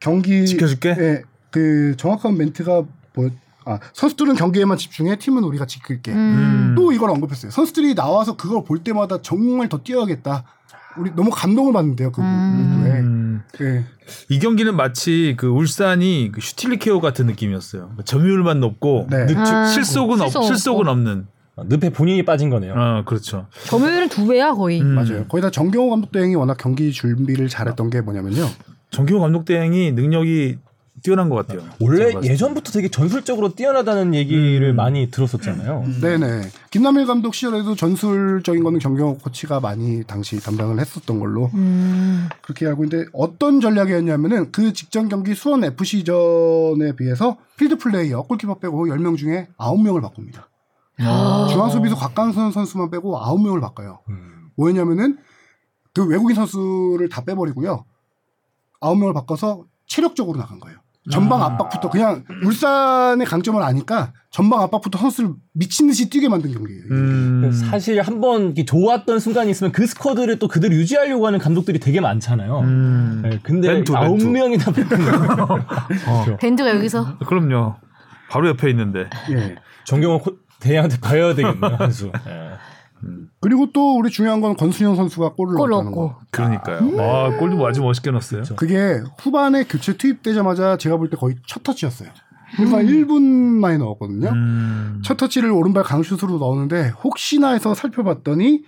Speaker 4: 경기
Speaker 2: 지켜줄게.
Speaker 4: 예, 그 정확한 멘트가 뭐 아, 선수들은 경기에만 집중해 팀은 우리가 지킬게.
Speaker 1: 음.
Speaker 4: 또 이걸 언급했어요. 선수들이 나와서 그걸 볼 때마다 정말 더 뛰어야겠다. 우리 너무 감동을 받는데요, 그분.
Speaker 1: 음.
Speaker 2: 음,
Speaker 4: 예. 예.
Speaker 2: 이 경기는 마치 그 울산이 그 슈틸리케오 같은 느낌이었어요. 그러니까 점유율만 높고
Speaker 4: 네.
Speaker 2: 느-
Speaker 1: 아,
Speaker 2: 실속은 없,
Speaker 1: 실속
Speaker 2: 실속은
Speaker 1: 없고.
Speaker 2: 없는.
Speaker 3: 늪에 본인이 빠진 거네요.
Speaker 2: 아 그렇죠.
Speaker 1: 점유율은 두 배야 거의.
Speaker 2: 음.
Speaker 4: 맞아요. 거기다 정경호 감독 대행이 워낙 경기 준비를 잘했던 게 뭐냐면요.
Speaker 2: 정기호 감독 대행이 능력이 뛰어난 것 같아요.
Speaker 3: 네. 원래
Speaker 2: 제가 봤을 때.
Speaker 3: 예전부터 되게 전술적으로 뛰어나다는 얘기를
Speaker 2: 음.
Speaker 3: 많이 들었었잖아요.
Speaker 4: 음. 네네. 김남일 감독 시절에도 전술적인 거는 정경호 코치가 많이 당시 담당을 했었던 걸로
Speaker 1: 음.
Speaker 4: 그렇게 알고 있는데 어떤 전략이었냐면은 그 직전 경기 수원 FC전에 비해서 필드 플레이어 골키퍼 빼고 10명 중에 9명을 바꿉니다.
Speaker 1: 어. 아.
Speaker 4: 중앙 수비수 곽강선 선수만 빼고 9명을 바꿔요.
Speaker 3: 음.
Speaker 4: 왜냐면은 그 외국인 선수를 다 빼버리고요. 9명을 바꿔서 체력적으로 나간 거예요.
Speaker 2: 아.
Speaker 4: 전방 압박부터 그냥 울산의 강점을 아니까 전방 압박부터 선수를 미친 듯이 뛰게 만든 경기예요. 이게.
Speaker 2: 음.
Speaker 3: 그 사실 한번 이렇게 좋았던 순간이 있으면 그 스쿼드를 또 그대로 유지하려고 하는 감독들이 되게 많잖아요.
Speaker 2: 음.
Speaker 3: 네, 근데
Speaker 2: 벤투,
Speaker 3: 아홉
Speaker 2: 벤투.
Speaker 3: 명이나 뱉는 [laughs] 그렇죠.
Speaker 2: 어.
Speaker 1: 밴드가 여기서
Speaker 2: 그럼요. 바로 옆에 있는데.
Speaker 4: 예.
Speaker 3: 정경호 코- 대양한테 봐야 되겠네요 한수. 예.
Speaker 4: 그리고 또 우리 중요한 건 권순영 선수가 골을
Speaker 1: 골
Speaker 4: 넣었다는
Speaker 1: 넣고.
Speaker 4: 거.
Speaker 2: 그러니까요.
Speaker 1: 네.
Speaker 2: 아, 골도 아주 멋있게 넣었어요.
Speaker 3: 그렇죠.
Speaker 4: 그게 후반에 교체 투입되자마자 제가 볼 때 거의 첫 터치였어요. 그래서 1분 만에 넣었거든요.
Speaker 2: 음.
Speaker 4: 첫 터치를 오른발 강슛으로 넣었는데 혹시나 해서 살펴봤더니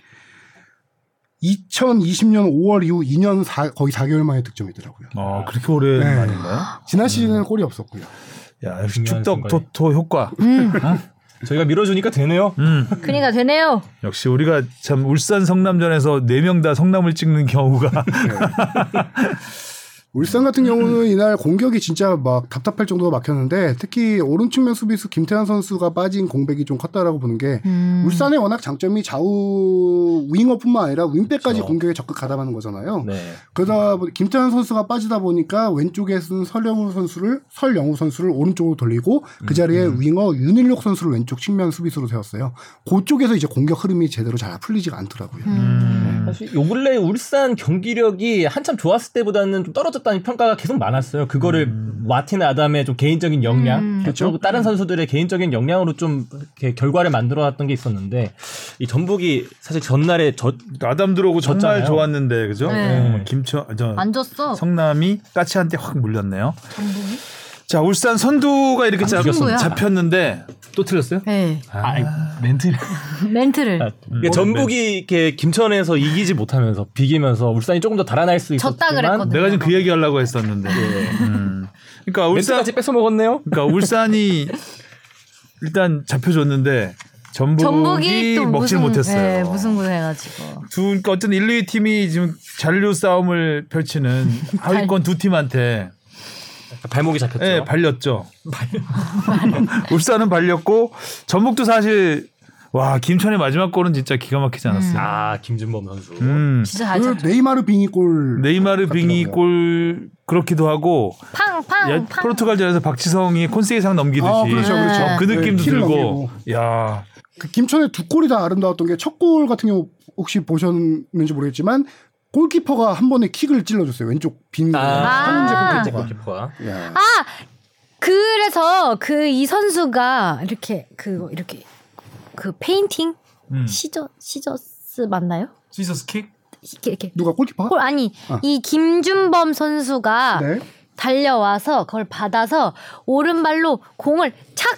Speaker 4: 2020년 5월 이후 2년 사- 거의 4개월 만에 득점이더라고요.
Speaker 2: 아, 그렇게 오래
Speaker 4: 네.
Speaker 2: 아닌가요?
Speaker 4: 지난 시즌에는 골이 없었고요.
Speaker 2: 야, 역시
Speaker 3: 중요한
Speaker 2: 축덕
Speaker 3: 순간이.
Speaker 2: 토토 효과.
Speaker 3: 저희가 밀어주니까 되네요.
Speaker 2: 음.
Speaker 1: 그니까 그러니까 되네요.
Speaker 2: 역시 우리가 참 울산 성남전에서 네 명 다 성남을 찍는 경우가
Speaker 4: 울산 같은 경우는 이날 공격이 진짜 막 답답할 정도로 막혔는데 특히 오른측면 수비수 김태환 선수가 빠진 공백이 좀 컸다라고 보는 게
Speaker 1: 음.
Speaker 4: 울산의 워낙 장점이 좌우 윙어뿐만 아니라 윙백까지
Speaker 3: 그렇죠.
Speaker 4: 공격에 적극 가담하는 거잖아요.
Speaker 3: 네.
Speaker 4: 그러다 보니 김태환 선수가 빠지다 보니까 왼쪽에 쓴 설영우 선수를 설영우 선수를 오른쪽으로 돌리고 그 자리에 윙어 윤일록 선수를 왼쪽 측면 수비수로 세웠어요. 그쪽에서 이제 공격 흐름이 제대로 잘 풀리지가 않더라고요.
Speaker 2: 음.
Speaker 3: 사실 요 근래 울산 경기력이 한참 좋았을 때보다는 좀 떨어졌다는 평가가 계속 많았어요. 그거를 마틴 아담의 좀 개인적인 역량,
Speaker 1: 음.
Speaker 3: 음. 그렇죠. 그리고 다른 선수들의 개인적인 역량으로 좀 이렇게 결과를 만들어놨던 게 있었는데 이 전북이 사실 전날에 저
Speaker 2: 그러니까 아담 들어오고 정말
Speaker 3: 졌잖아요.
Speaker 2: 좋았는데 그죠?
Speaker 1: 네.
Speaker 2: 어, 김천 아, 저
Speaker 1: 안 줬어.
Speaker 2: 성남이 까치한테 확 물렸네요. 자, 울산 선두가 이렇게 잡,
Speaker 1: 선두야.
Speaker 2: 잡혔는데 또 틀렸어요?
Speaker 1: 네.
Speaker 3: 아, 멘트
Speaker 1: 멘트를
Speaker 3: 그러니까 전북이 이렇게 김천에서 이기지 못하면서 비기면서 울산이 조금 더 달아날 수
Speaker 1: 졌다
Speaker 3: 있었지만
Speaker 1: 그랬거든요.
Speaker 2: 내가 지금 그 얘기 하려고 했었는데. 음. 그러니까 울산
Speaker 3: 네. 멘트까지 뺏어 먹었네요.
Speaker 2: 그러니까 울산이 일단 잡혀줬는데 전북이,
Speaker 1: 전북이 또
Speaker 2: 먹질
Speaker 1: 무승-
Speaker 2: 못했어요.
Speaker 1: 예, 무승부해가지고.
Speaker 2: 두 그러니까 어쨌든
Speaker 1: [laughs]
Speaker 2: 1, 2위 팀이 지금 잔류 싸움을 펼치는 하위권 두 팀한테
Speaker 3: 네, 발목이 잡혔죠.
Speaker 2: 예, 발렸죠. [laughs] 울산은 발렸고 전북도 사실 와 김천의 마지막 골은 진짜 기가 막히지 않았어요.
Speaker 3: 아 김준범 선수.
Speaker 2: 음.
Speaker 1: 진짜
Speaker 4: 그
Speaker 1: 아주
Speaker 4: 네이마르 빙이골
Speaker 2: 네이마르 빙이 골 그렇기도 하고 야,
Speaker 1: 팡팡팡.
Speaker 2: 포르투갈전에서 박지성이 콘세이상 넘기듯이
Speaker 4: 아, 그렇죠,
Speaker 1: 그렇죠.
Speaker 2: 그 느낌도
Speaker 4: 네, 키를
Speaker 2: 들고 야
Speaker 4: 그 김천의 두 골이 다 아름다웠던 게 첫 골 같은 경우 혹시 보셨는지 모르겠지만 골키퍼가 한 번에 킥을 찔러줬어요 왼쪽
Speaker 3: 아.
Speaker 4: 빈
Speaker 1: 손흥민
Speaker 3: 손흥민
Speaker 1: 골키퍼가.
Speaker 3: 골키퍼가.
Speaker 4: 야.
Speaker 1: 그래서 그 이 선수가 이렇게 그 이렇게 그 페인팅
Speaker 2: 음.
Speaker 1: 시저 시저스 맞나요?
Speaker 2: 스위스 킥
Speaker 1: 이렇게 이렇게
Speaker 4: 누가 골키퍼?
Speaker 1: 골 아. 아니
Speaker 4: 아.
Speaker 1: 이 김준범 선수가
Speaker 4: 네.
Speaker 1: 달려와서 그걸 받아서 오른발로 공을 착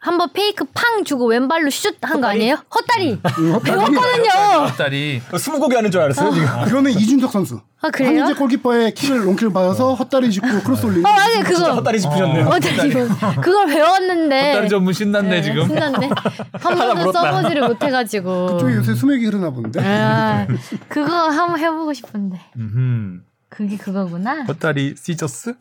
Speaker 1: 한번 페이크 팡 주고 왼발로 슛 한 거 아니에요? 헛다리
Speaker 4: 음, 헛다리.
Speaker 2: 아,
Speaker 1: 배웠거든요.
Speaker 2: 딸이
Speaker 3: 그 스무고개 하는 줄 알았어요 지금.
Speaker 4: 그거는 이준석 선수.
Speaker 1: 아 그래요?
Speaker 4: 황인재 골키퍼의 킥을 롱킥을 받아서 헛다리 짚고 크로스 올리는.
Speaker 1: 어 맞아요 그거
Speaker 3: 헛다리 짚으셨네요.
Speaker 2: 어.
Speaker 1: 헛다리 그걸 배웠는데
Speaker 2: 딸이 전문 신났네
Speaker 1: 네,
Speaker 2: 지금
Speaker 1: 신났네 한 번도
Speaker 3: 물었다.
Speaker 1: 써보지를 못해가지고
Speaker 4: 쪽에
Speaker 2: 음.
Speaker 4: 요새 수맥이 흐르나 본데.
Speaker 1: 아, 그거 한번 해보고 싶은데
Speaker 2: 음흠.
Speaker 1: 그게 그거구나.
Speaker 2: 헛다리 시저스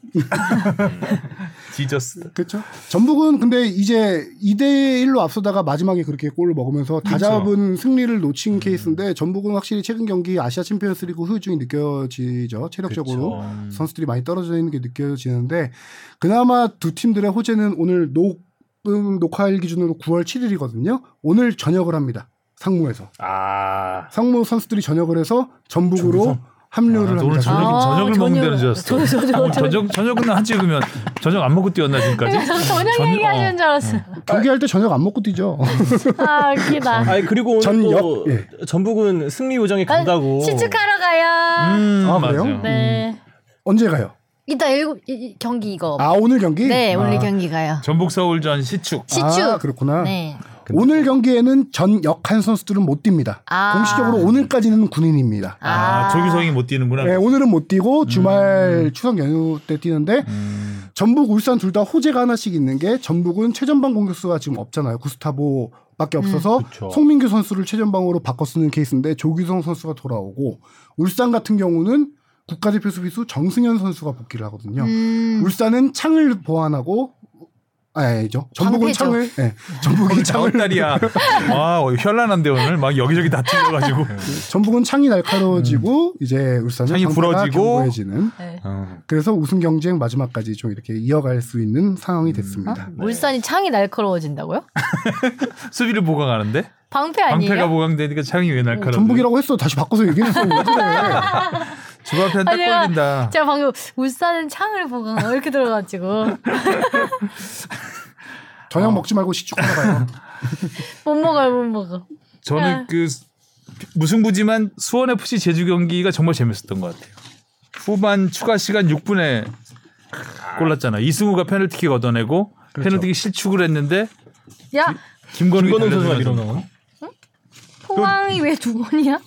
Speaker 2: 지저스
Speaker 4: 그렇죠. 전북은 근데 이제 2대 1로 앞서다가 마지막에 그렇게 골을 먹으면서 다
Speaker 2: 그쵸.
Speaker 4: 잡은 승리를 놓친 케이스인데 전북은 확실히 최근 경기 아시아 챔피언스리그 후유증이 느껴지죠. 체력적으로.
Speaker 2: 그쵸. 음.
Speaker 4: 선수들이 많이 떨어져 있는 게 느껴지는데 그나마 두 팀들의 호재는 오늘 녹음 녹화일 기준으로 9월 7일이거든요. 오늘 저녁을 합니다. 상무에서
Speaker 3: 아
Speaker 4: 상무 선수들이 전역을 해서 전북으로
Speaker 3: 전북선?
Speaker 2: 아,
Speaker 4: 합류를
Speaker 2: 나도 오늘
Speaker 4: 합니다.
Speaker 2: 저녁- 저녁을 먹는 데는 줄 알았어.
Speaker 1: 저, 저, 저,
Speaker 2: 어,
Speaker 1: 저,
Speaker 2: 저녁 저녁은 한 찍으면 저녁 안 먹고 뛰었나 지금까지
Speaker 1: 네,
Speaker 2: 음,
Speaker 1: 저녁
Speaker 2: 전-
Speaker 1: 얘기하시는 줄 알았어.
Speaker 4: 경기할 때 저녁 안 먹고 뛰죠. [laughs]
Speaker 1: 아, 웃기다.
Speaker 3: 아니 그리고 오늘
Speaker 4: 전역?
Speaker 3: 또
Speaker 4: 예.
Speaker 3: 전북은 승리 요정에
Speaker 1: 난
Speaker 3: 간다고.
Speaker 1: 시축하러 가요.
Speaker 2: 음,
Speaker 4: 아,
Speaker 2: 맞아요.
Speaker 4: 그래요?
Speaker 1: 네.
Speaker 4: 언제 가요?
Speaker 1: 이따 일곱 이- 이- 경기 이거.
Speaker 4: 아 오늘 경기?
Speaker 1: 네,
Speaker 4: 아,
Speaker 1: 원래 경기 가요.
Speaker 2: 전북 서울전 시축
Speaker 1: 시축.
Speaker 4: 아, 그렇구나.
Speaker 1: 네.
Speaker 4: 오늘 경기에는 전 역한 선수들은 못 뜁니다.
Speaker 1: 아.
Speaker 4: 공식적으로 오늘까지는 군인입니다.
Speaker 2: 아, 조규성이 못 뛰는구나.
Speaker 4: 네, 오늘은 못 뛰고 주말 추석 연휴 때 뛰는데
Speaker 2: 음,
Speaker 4: 전북 울산 둘 다 호재가 하나씩 있는 게 전북은 최전방 공격수가 지금 없잖아요.
Speaker 1: 음.
Speaker 4: 구스타보 밖에 없어서
Speaker 3: 그쵸.
Speaker 4: 송민규 선수를 최전방으로 바꿔 쓰는 케이스인데 조규성 선수가 돌아오고 울산 같은 경우는 국가대표 수비수 정승현 선수가 복귀를 하거든요.
Speaker 1: 음.
Speaker 4: 울산은 창을 보완하고 아, 아니죠. 전북은
Speaker 1: 방패죠.
Speaker 4: 창을 예. 전북이 창을
Speaker 2: 자월달이야. 아, 어, 현란한데 오늘 막 여기저기 다
Speaker 4: [laughs]
Speaker 2: 찔려가지고.
Speaker 4: 전북은 창이 날카로워지고 이제 울산은
Speaker 2: 음. 창이
Speaker 4: 방패가
Speaker 2: 부러지고.
Speaker 4: 견고해지는
Speaker 1: 네.
Speaker 2: 어.
Speaker 4: 그래서 우승 경쟁 마지막까지 좀 이렇게 이어갈 수 있는
Speaker 2: 음.
Speaker 4: 상황이
Speaker 2: 아?
Speaker 4: 됐습니다.
Speaker 1: 네. 울산이 창이 날카로워진다고요?
Speaker 2: 수비를 보강하는데
Speaker 1: 방패 아니에요?
Speaker 2: 방패가 뭐- 보강되니까 창이 왜 날카로워?
Speaker 4: 전북이라고 했어. 다시 바꿔서
Speaker 2: [laughs]
Speaker 4: 얘기했어.
Speaker 2: 주 앞에 딱
Speaker 1: 아, 내가-
Speaker 2: 걸린다.
Speaker 1: 제가 방금 울산은 창을 보고 이렇게 들어가지고
Speaker 2: 어.
Speaker 4: 저녁 먹지 말고 시축하러 가요.
Speaker 2: [laughs]
Speaker 1: 못 먹어요, 못 먹어.
Speaker 2: 저는 그 수- 무승부지만 수원 FC 제주 경기가 정말 재밌었던 것 같아요. 후반 추가 시간 6분에 골랐잖아. 이승우가 페널티킥 얻어내고 페널티킥 실축을 했는데
Speaker 1: 야,
Speaker 2: 그렇죠. 김건우
Speaker 3: 김건우 선수가 밀어넣은.
Speaker 1: 포항이 왜 두 번이야?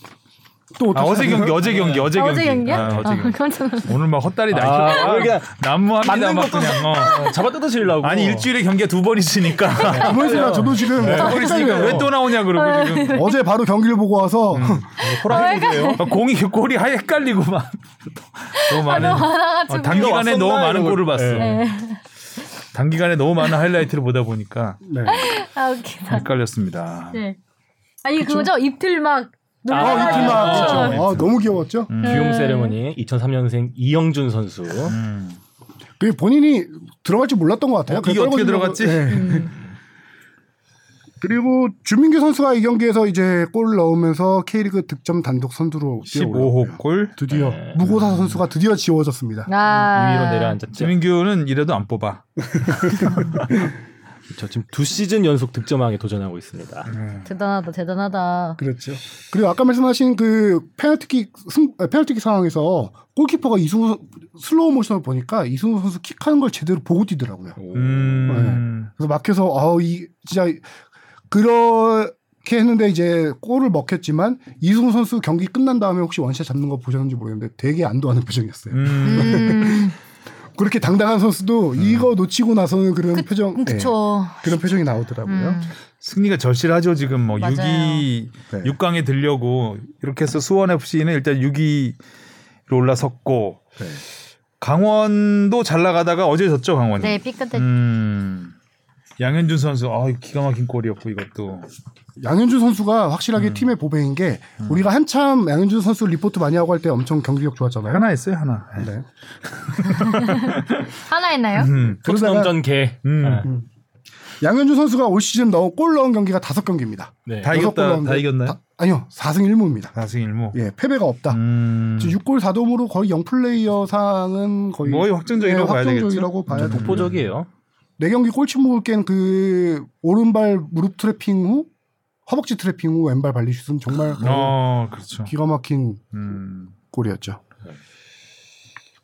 Speaker 4: 또
Speaker 2: 아, 어제 경기 어제 경기 어제
Speaker 1: 아,
Speaker 2: 경기
Speaker 1: 어제 경기야?
Speaker 2: 아, 어제 경기.
Speaker 1: 깜짝 놀랐어.
Speaker 2: 오늘 막 헛다리 날켜
Speaker 3: 아, 그러니까
Speaker 2: 난무합니다
Speaker 3: 맞는
Speaker 2: 막
Speaker 3: 것도-
Speaker 2: 그냥 어.
Speaker 3: 잡아 뜯으시려고.
Speaker 2: 아니 일주일에 경기가 두 번 있으니까
Speaker 4: 가만히 있어라. 저도 지금
Speaker 2: 뭐. 두 [laughs] 번 있으니까 왜 또 나오냐 그러고 지금
Speaker 4: 어제 바로 경기를 보고 와서
Speaker 2: 음.
Speaker 4: [laughs]
Speaker 2: 아,
Speaker 3: 호랑이 보세요.
Speaker 2: 막 공이 골이 하얘 헷갈리고 막 아, 너무 많은 어, 단기간에
Speaker 3: 이거
Speaker 2: 너무 예.
Speaker 3: 왔었나?
Speaker 2: 많은
Speaker 3: 이러고.
Speaker 2: 골을 봤어
Speaker 3: 네.
Speaker 2: 단기간에 너무 많은 하이라이트를 보다 보니까
Speaker 4: 네.
Speaker 1: 아, 웃기다.
Speaker 2: 헷갈렸습니다
Speaker 1: 네. 아니 그거죠? 입틀 막
Speaker 3: 아,
Speaker 4: 어,
Speaker 1: 놀라가지고.
Speaker 4: 이틀
Speaker 3: 그렇죠.
Speaker 4: 막 아, 너무 귀여웠죠.
Speaker 3: 규용 세레머니 2003년생 이영준 선수.
Speaker 2: 음.
Speaker 4: 그게 본인이 들어갈 줄 몰랐던 것 같아요.
Speaker 2: 어, 이게
Speaker 4: 그래서
Speaker 2: 어떻게
Speaker 4: 떨궈지려고- 네.
Speaker 2: 들어갔지?
Speaker 4: 그리고 주민규 선수가 이 경기에서 이제 골 넣으면서 K리그 득점 단독 선두로 뛰어올랐고요.
Speaker 2: 15호 네. 음. 골
Speaker 4: 드디어 무고사 선수가 드디어 지워졌습니다.
Speaker 1: 아.
Speaker 3: 위로 내려앉았죠.
Speaker 2: 지민규는 이래도 안 뽑아
Speaker 3: 저 지금 두 시즌 연속 득점왕에 도전하고 있습니다.
Speaker 4: 음.
Speaker 1: 대단하다, 대단하다.
Speaker 4: 그렇죠. 그리고 아까 말씀하신 그 페널티킥 승 아, 페널티킥 상황에서 골키퍼가 이승우 선- 슬로우 모션을 보니까 이승우 선수 킥하는 걸 제대로 보고 뛰더라고요.
Speaker 2: 음.
Speaker 4: 그래서 막혀서 아이 진짜 그렇게 했는데 이제 골을 먹혔지만 이승우 선수 경기 끝난 다음에 혹시 원샷 잡는 거 보셨는지 모르겠는데 되게 안도하는 표정이었어요.
Speaker 2: 음.
Speaker 1: 음,
Speaker 4: 그렇게 당당한 선수도 이거 놓치고 나서는 그런 표정 예,
Speaker 1: 음, 그쵸.
Speaker 4: 그런 표정이 나오더라고요.
Speaker 1: 음.
Speaker 2: 승리가 절실하죠 지금 뭐
Speaker 1: 맞아요.
Speaker 2: 6위
Speaker 4: 네.
Speaker 2: 6강에
Speaker 4: 네.
Speaker 2: 들려고 이렇게 해서 수원 FC는 일단 6위로 올라섰고 강원도 잘 나가다가 어제 졌죠 강원이.
Speaker 1: 네, 삐끗해.
Speaker 2: 음. 양현준 선수 아 기가 막힌 골이었고 이것도
Speaker 4: 양현준 선수가 확실하게
Speaker 2: 음.
Speaker 4: 팀의 보배인 게 우리가 한참 양현준 선수 리포트 많이 하고 할 때 엄청 경기력 좋았잖아요.
Speaker 2: 하나 했어요 하나.
Speaker 4: 네.
Speaker 1: 하나 했나요?
Speaker 2: 음.
Speaker 4: 그러다가-
Speaker 3: 토트넘전 개.
Speaker 2: 음.
Speaker 4: 네.
Speaker 3: 아,
Speaker 4: 양현준 선수가 올 시즌 넣은 골 넣은 경기가 다섯 경기입니다.
Speaker 3: 네.
Speaker 2: 다
Speaker 4: 여섯 골
Speaker 2: 이겼다.
Speaker 4: 넣었는데
Speaker 2: 다 이겼나요?
Speaker 4: 다- 아니요, 4승 1무입니다.
Speaker 2: 다승 일무.
Speaker 4: 예, 패배가 없다.
Speaker 2: 음.
Speaker 4: 지금 6골 4도움으로 거의 0플레이어 상은 거의
Speaker 2: 거의 확정적이라고
Speaker 4: 예,
Speaker 2: 봐야 되겠죠.
Speaker 4: 확정적이라고 봐야 되겠죠.
Speaker 3: 독보적이에요.
Speaker 4: 네 경기 골침묵을 깬 그 오른발 무릎 트래핑 후 허벅지 트래핑 후 왼발 발리슛은 정말
Speaker 2: 어 그렇죠.
Speaker 4: 기가 막힌
Speaker 2: 음.
Speaker 4: 골이었죠.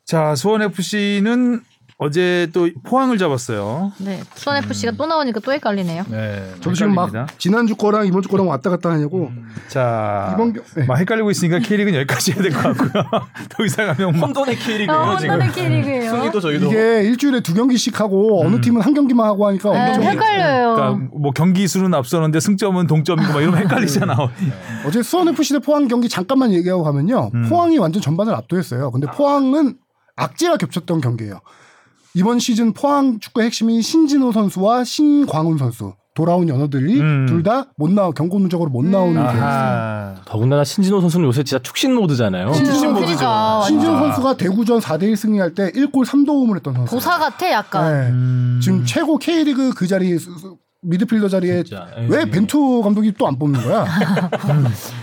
Speaker 2: 자 수원 FC는 어제 또 포항을 잡았어요.
Speaker 1: 네. 수원 FC가 또 나오니까 또 헷갈리네요.
Speaker 2: 네.
Speaker 4: 저도 지금 막
Speaker 2: 헷갈립니다. 음.
Speaker 4: 지난주 거랑 이번 주 거랑 왔다 갔다 하냐고
Speaker 2: 자
Speaker 4: 이번 경 네.
Speaker 2: 막 헷갈리고 있으니까 K리그는 여기까지 해야 될 것 같고요. [laughs] 더 이상 하면 막
Speaker 3: 혼돈의
Speaker 2: 어,
Speaker 1: 아,
Speaker 3: K리그예요 지금.
Speaker 1: 혼돈의 K리그예요.
Speaker 3: 순위도 음. 저희도
Speaker 4: 이게 일주일에 두 경기씩 하고 어느 팀은 한 경기만 하고 하니까
Speaker 1: 네,
Speaker 4: 엄청
Speaker 1: 헷갈려요.
Speaker 2: 그러니까 뭐 경기 수는 앞서는데 승점은 동점이고 막 이러면 헷갈리잖아.
Speaker 4: 네.
Speaker 2: [laughs]
Speaker 4: 어제 수원 FC 대 포항 경기 잠깐만 얘기하고 가면요.
Speaker 3: 음.
Speaker 4: 포항이 완전 전반을 압도했어요. 근데 포항은 악재가 겹쳤던 경기예요. 이번 시즌 포항 축구 의 핵심인 신진호 선수와 신광훈 선수 돌아온 연어들이
Speaker 2: 음.
Speaker 4: 둘 다 못 나와 경고
Speaker 1: 음.
Speaker 4: 누적으로 못 나오는
Speaker 3: 아.
Speaker 4: 게
Speaker 2: 아하.
Speaker 3: 더군다나 신진호 선수는 요새 진짜 축신 모드잖아요.
Speaker 4: 신- 신진 모드죠.
Speaker 1: 그러니까 완전
Speaker 4: 신진호 선수가 대구전 4대1 승리할 때 1골 3도움을 했던 선수.
Speaker 1: 도사 같아 약간.
Speaker 4: 네.
Speaker 2: 음.
Speaker 4: 지금 최고 K리그 그 자리 수- 수- 미드필더 자리에
Speaker 3: 진짜. 예.
Speaker 4: 왜 벤투 감독이 또 안 뽑는 거야?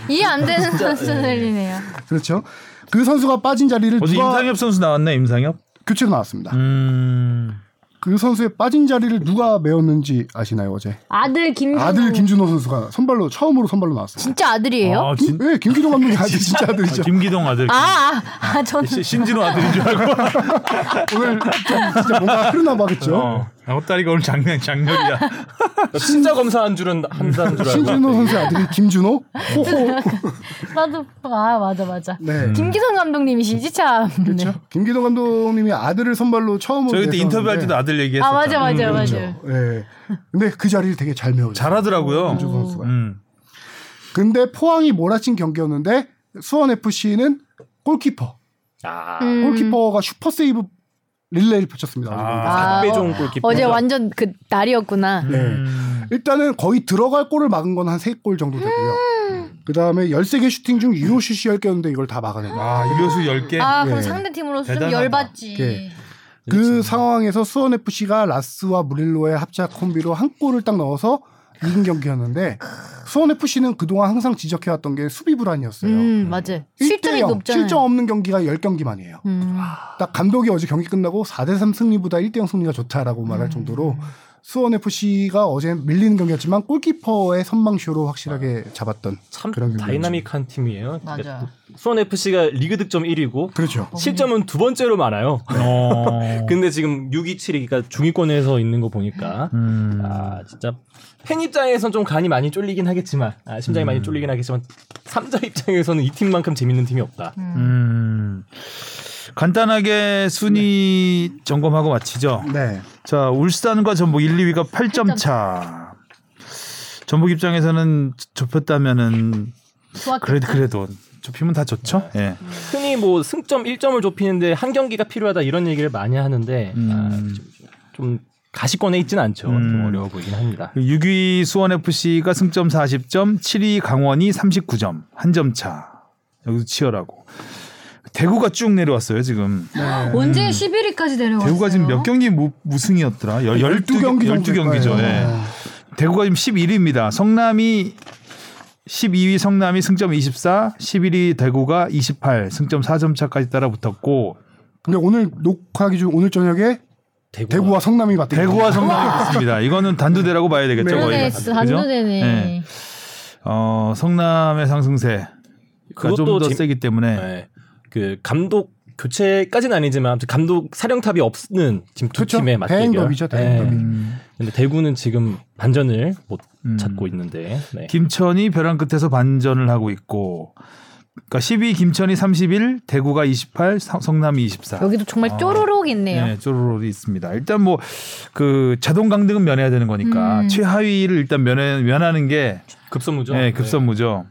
Speaker 1: 이해 안 되는
Speaker 2: 예.
Speaker 1: 선수들이네요.
Speaker 4: 그렇죠. 그 선수가 빠진 자리를
Speaker 2: 어제
Speaker 4: 누가
Speaker 2: 임상엽 선수 나왔네 임상엽.
Speaker 4: 교체로 나왔습니다.
Speaker 2: 음.
Speaker 4: 그 선수의 빠진 자리를 누가 메웠는지 아시나요 어제?
Speaker 1: 아들 김.
Speaker 4: 아들 김준호 선수가 선발로 처음으로 선발로 나왔어요.
Speaker 1: 진짜 아들이에요?
Speaker 2: 아,
Speaker 4: [laughs] 김,
Speaker 2: 진,
Speaker 4: 네, 김기동
Speaker 1: [laughs]
Speaker 4: 감독이 아들 진짜 아들이죠.
Speaker 2: 아, 김기동 아들.
Speaker 1: 아, 아, 아, 저는
Speaker 2: 시- 신진호 아들인 줄 알고.
Speaker 4: 오늘 좀 진짜 뭔가 흐르나 봐 그죠?
Speaker 2: 아, 어. 아, 헛다리가 오늘 장난
Speaker 1: [laughs]
Speaker 2: 장렬이야.
Speaker 3: 진짜 검사한 줄은 한다는 줄 알고.
Speaker 4: 신준호 선수의 아들이 김준호?
Speaker 1: 네.
Speaker 4: 호호.
Speaker 1: 나도 아 맞아 맞아.
Speaker 2: 음.
Speaker 4: 네.
Speaker 1: 김기성 감독님이시지 참. 네.
Speaker 4: 그렇죠. 김기동 감독님이 아들을 선발로 처음으로
Speaker 2: 저희 그때 인터뷰할 때도
Speaker 4: 냈었는데,
Speaker 2: 아들 얘기했어.
Speaker 1: 아 맞아 맞아
Speaker 2: 그렇죠.
Speaker 1: 맞아.
Speaker 4: 예. 근데 그 자리를 되게 잘 메워요.
Speaker 2: 잘하더라고요.
Speaker 4: 김준호 선수가.
Speaker 2: 음.
Speaker 4: 근데 포항이 몰아친 경기였는데 수원 FC는 골키퍼,
Speaker 3: 아,
Speaker 1: 음.
Speaker 4: 골키퍼가 슈퍼 세이브 릴레이를 펼쳤습니다.
Speaker 2: 아.
Speaker 3: 박배종 골키퍼.
Speaker 1: 어제 완전 그 날이었구나.
Speaker 4: 네. 일단은 거의 들어갈 골을 막은 건 한 세 골 정도 되고요.
Speaker 1: 음.
Speaker 4: 그 다음에 13개 슈팅 중 유효 슛이 10개였는데 이걸 다 막아내고.
Speaker 2: 아, 유효수 10개.
Speaker 1: 아 그럼
Speaker 4: 예.
Speaker 1: 상대 팀으로서 좀
Speaker 2: 대단하다.
Speaker 1: 열받지.
Speaker 4: 예. 그 상황에서 수원FC가 라스와 무릴로의 합작 콤비로 한 골을 딱 넣어서 이긴 경기였는데 수원FC는 그동안 항상 지적해왔던 게 수비 불안이었어요.
Speaker 1: 음 맞아.
Speaker 4: 1대0,
Speaker 1: 실점이 높잖아요.
Speaker 4: 실점 없는 경기가 10경기만이에요.
Speaker 1: 음.
Speaker 4: 딱 감독이 어제 경기 끝나고 4대3 승리보다 1대0 승리가 좋다라고 말할 정도로 수원FC가 어제 밀리는 경기였지만 골키퍼의 선방쇼로 확실하게 잡았던
Speaker 3: 참
Speaker 4: 그런 경기였죠.
Speaker 3: 다이나믹한 팀이에요. 그러니까
Speaker 1: 맞아.
Speaker 3: 수원 FC가 리그 득점 1위고
Speaker 4: 그렇죠.
Speaker 3: 실점은 두 번째로 많아요.
Speaker 2: 어.
Speaker 3: 근데 지금 6위, 7위, 그러니까 중위권에서 있는 거 보니까
Speaker 2: 음.
Speaker 3: 아 진짜 팬 입장에선 좀 간이 많이 쫄리긴 하겠지만 아, 심장이 많이 쫄리긴 하겠지만 3자 입장에서는 이 팀만큼 재밌는 팀이 없다.
Speaker 2: 음. 간단하게 순위 점검하고 마치죠.
Speaker 4: 네.
Speaker 2: 자, 울산과 전북 1, 2위가 8점 차. 전북 입장에서는 좁혔다면은
Speaker 1: 좋았겠다.
Speaker 2: 그래도 그래도 좁히면 다 좋죠. 예.
Speaker 3: 흔히 뭐 승점 1점을 좁히는데 한 경기가 필요하다 이런 얘기를 많이 하는데 아,
Speaker 2: 음.
Speaker 3: 좀, 좀 가시권에 있지는 않죠.
Speaker 2: 음.
Speaker 3: 좀 어려워 보이긴 합니다.
Speaker 2: 6위 수원 FC가 승점 40점, 7위 강원이 39점, 한 점 차. 여기서 치열하고 대구가 쭉 내려왔어요 지금.
Speaker 1: 아, 언제 11위까지 내려왔어요?
Speaker 2: 대구가 음. 지금 몇 경기 무, 무승이었더라? 12경기
Speaker 4: 12 정도일
Speaker 2: 12경기죠.
Speaker 4: 거예요.
Speaker 2: 예.
Speaker 1: 아.
Speaker 2: 대구가 지금 11위입니다. 성남이 12위 성남이 승점 24, 11위 대구가 28, 승점 4점 차까지 따라붙었고
Speaker 4: 근데 오늘 녹화하기 중 오늘 저녁에 대구와 성남이 맞대
Speaker 2: 대구와 성남이 붙습니다. 이거는 단두대라고 봐야 되겠죠
Speaker 1: 네. 그러네
Speaker 2: 거의. 그죠?
Speaker 1: 단두대네.
Speaker 2: 예. 어, 성남의 상승세 가 그러니까 좀
Speaker 3: 그것도
Speaker 2: 더
Speaker 3: 재-
Speaker 2: 세기 때문에
Speaker 3: 네. 그 감독 교체까지는 아니지만 아무튼 감독 사령탑이 없는 지금 두
Speaker 4: 그렇죠.
Speaker 3: 팀의 맞대결.
Speaker 4: 대행더비죠,
Speaker 3: 네.
Speaker 4: 대행더비.
Speaker 2: 음,
Speaker 3: 근데 대구는 지금 반전을 못
Speaker 2: 음.
Speaker 3: 찾고 있는데. 네.
Speaker 2: 김천이 벼랑 끝에서 반전을 하고 있고 그러니까 12 김천이 31, 대구가 28, 성- 성남이 24.
Speaker 1: 여기도 정말 쪼르륵 있네요.
Speaker 2: 아. 네, 쪼르르 있습니다. 일단 뭐 그 자동 강등은 면해야 되는 거니까
Speaker 1: 음.
Speaker 2: 최하위를 일단 면해, 면하는 게
Speaker 3: 급선무죠.
Speaker 4: 네,
Speaker 2: 예, 급선무죠.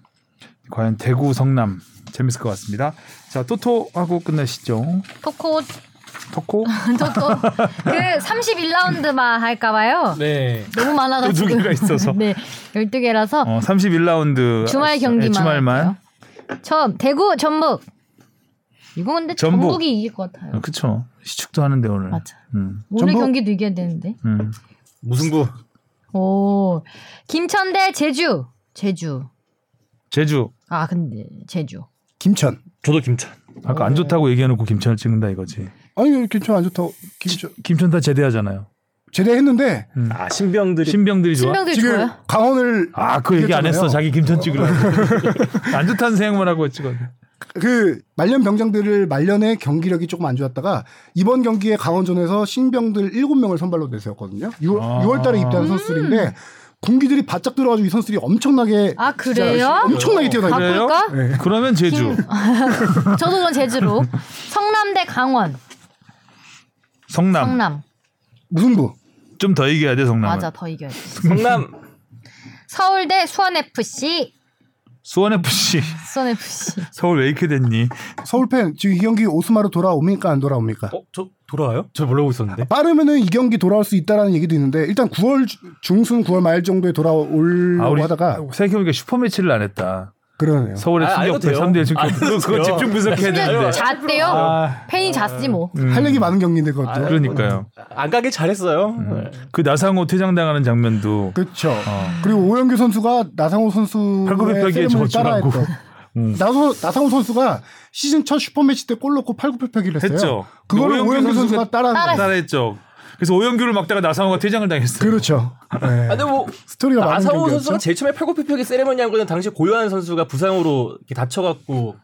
Speaker 2: 과연 대구 성남 재밌을 것 같습니다. 자, 토토하고 끝내시죠.
Speaker 1: 토코
Speaker 4: 터코
Speaker 2: [laughs]
Speaker 1: 저또그 31라운드만 할까봐요.
Speaker 3: 네.
Speaker 1: 너무 많아가지고.
Speaker 2: 12 개가 있어서.
Speaker 1: [laughs] 네, 12개라서 [laughs]
Speaker 2: 어, 31라운드 아, 네,
Speaker 1: 주말 경기만.
Speaker 2: 주말만.
Speaker 1: 할게요. 처음 대구 전북. 이거 근데
Speaker 2: 전북.
Speaker 1: 전북. 이 이길 것 같아요.
Speaker 2: 어, 그쵸. 시축도 하는데 오늘.
Speaker 1: 맞아.
Speaker 2: 음,
Speaker 1: 오늘
Speaker 4: 전북.
Speaker 1: 경기도 이겨야 되는데.
Speaker 2: 음.
Speaker 3: 무승부.
Speaker 1: 오, 김천대 제주. 제주.
Speaker 2: 제주
Speaker 1: 아 근데 제주.
Speaker 4: 김천
Speaker 3: 저도 김찬.
Speaker 2: 아까 안 좋다고 얘기해놓고 김천을 찍는다 이거지.
Speaker 4: 아니 왜 김천 안 좋다 김천
Speaker 2: 김천 다 제대하잖아요.
Speaker 4: 제대했는데
Speaker 3: 아 신병들이
Speaker 2: 신병들이 좋아.
Speaker 1: 신명들이
Speaker 4: 지금
Speaker 1: 좋아요.
Speaker 4: 강원을
Speaker 2: 아, 그 얘기 안 했어.
Speaker 4: 얘기했잖아요.
Speaker 2: 자기 김천 찍으려고. 안 좋다는 생각만 하고 찍었네.
Speaker 4: 그 말년 병장들을 말년에 경기력이 조금 안 좋았다가 이번 경기에 강원전에서 신병들 7명을 선발로 내세웠거든요. 6월,
Speaker 2: 아.
Speaker 4: 달에 입대한 선수들인데 군기들이 바짝 들어가지고 이 선수들이 엄청나게
Speaker 1: 아
Speaker 4: 진짜
Speaker 1: 그래요?
Speaker 4: 엄청나게 뛰어다니고
Speaker 2: 그래요?
Speaker 1: 바꿀까?
Speaker 4: 네.
Speaker 2: 그러면 제주.
Speaker 1: 저도 그럼
Speaker 2: [laughs]
Speaker 1: 제주로. 성남대 강원.
Speaker 2: 성남.
Speaker 1: 성남.
Speaker 4: 무승부.
Speaker 2: 좀 더 이겨야 돼, 성남.
Speaker 1: 맞아 더 이겨야 돼.
Speaker 3: 성남
Speaker 1: 서울대 수원 FC.
Speaker 2: 수원 FC.
Speaker 1: 수원 FC.
Speaker 2: [laughs] 서울 왜 이렇게 됐니?
Speaker 4: 서울 팬 지금 이 경기 오스마로 돌아옵니까 안 돌아옵니까?
Speaker 3: 어저 돌아와요? 저 몰라고
Speaker 2: 네.
Speaker 3: 있었는데.
Speaker 4: 빠르면은 이 경기 돌아올 수 있다라는 얘기도 있는데 일단 9월 주- 중순 9월 말 정도에 돌아올
Speaker 2: 아, 우리
Speaker 4: 하다가
Speaker 2: 생각해보니까 슈퍼 매치를 안 했다.
Speaker 4: 그러네요.
Speaker 2: 서울의
Speaker 3: 아, 알고
Speaker 2: 충격배
Speaker 3: 돼요.
Speaker 2: 3대 1 충격배.
Speaker 3: 알고
Speaker 2: 그거, 그거
Speaker 3: 돼요.
Speaker 2: 집중 분석해야 되는데.
Speaker 1: 잤대요.
Speaker 2: 네, 아,
Speaker 1: 팬이 잤지 뭐.
Speaker 2: 음.
Speaker 4: 할 얘기 많은 경기인데 그것도.
Speaker 2: 아, 그러니까요.
Speaker 3: 안 가길 잘했어요.
Speaker 4: 음.
Speaker 3: 네.
Speaker 2: 그 나상호 퇴장당하는 장면도
Speaker 4: 그렇죠. 그리고 오영규 선수가 나상호 선수의
Speaker 2: 어. 팔굽혀펴기에
Speaker 4: 세림을
Speaker 2: 저주라고. [laughs] 음.
Speaker 4: 따라했던 나상호, 나상호 선수가 시즌 첫 슈퍼매치 때 골 넣고 팔굽혀펴기를 했어요.
Speaker 2: 했죠.
Speaker 4: 그거를
Speaker 2: 오영규
Speaker 4: 오영규
Speaker 2: 선수가
Speaker 4: 선수가 따라한 거예요.
Speaker 2: 따라했죠. 그래서 오영규를 막다가 나상호가 퇴장을 당했어요.
Speaker 4: 그렇죠.
Speaker 3: 아, 근데 뭐
Speaker 4: 스토리가 많은
Speaker 3: 나상호
Speaker 4: 경기였죠.
Speaker 3: 선수가 제일 처음에 팔굽혀펴기 세레머니 한 거는 당시 고요한 선수가 부상으로 이렇게 다쳐갖고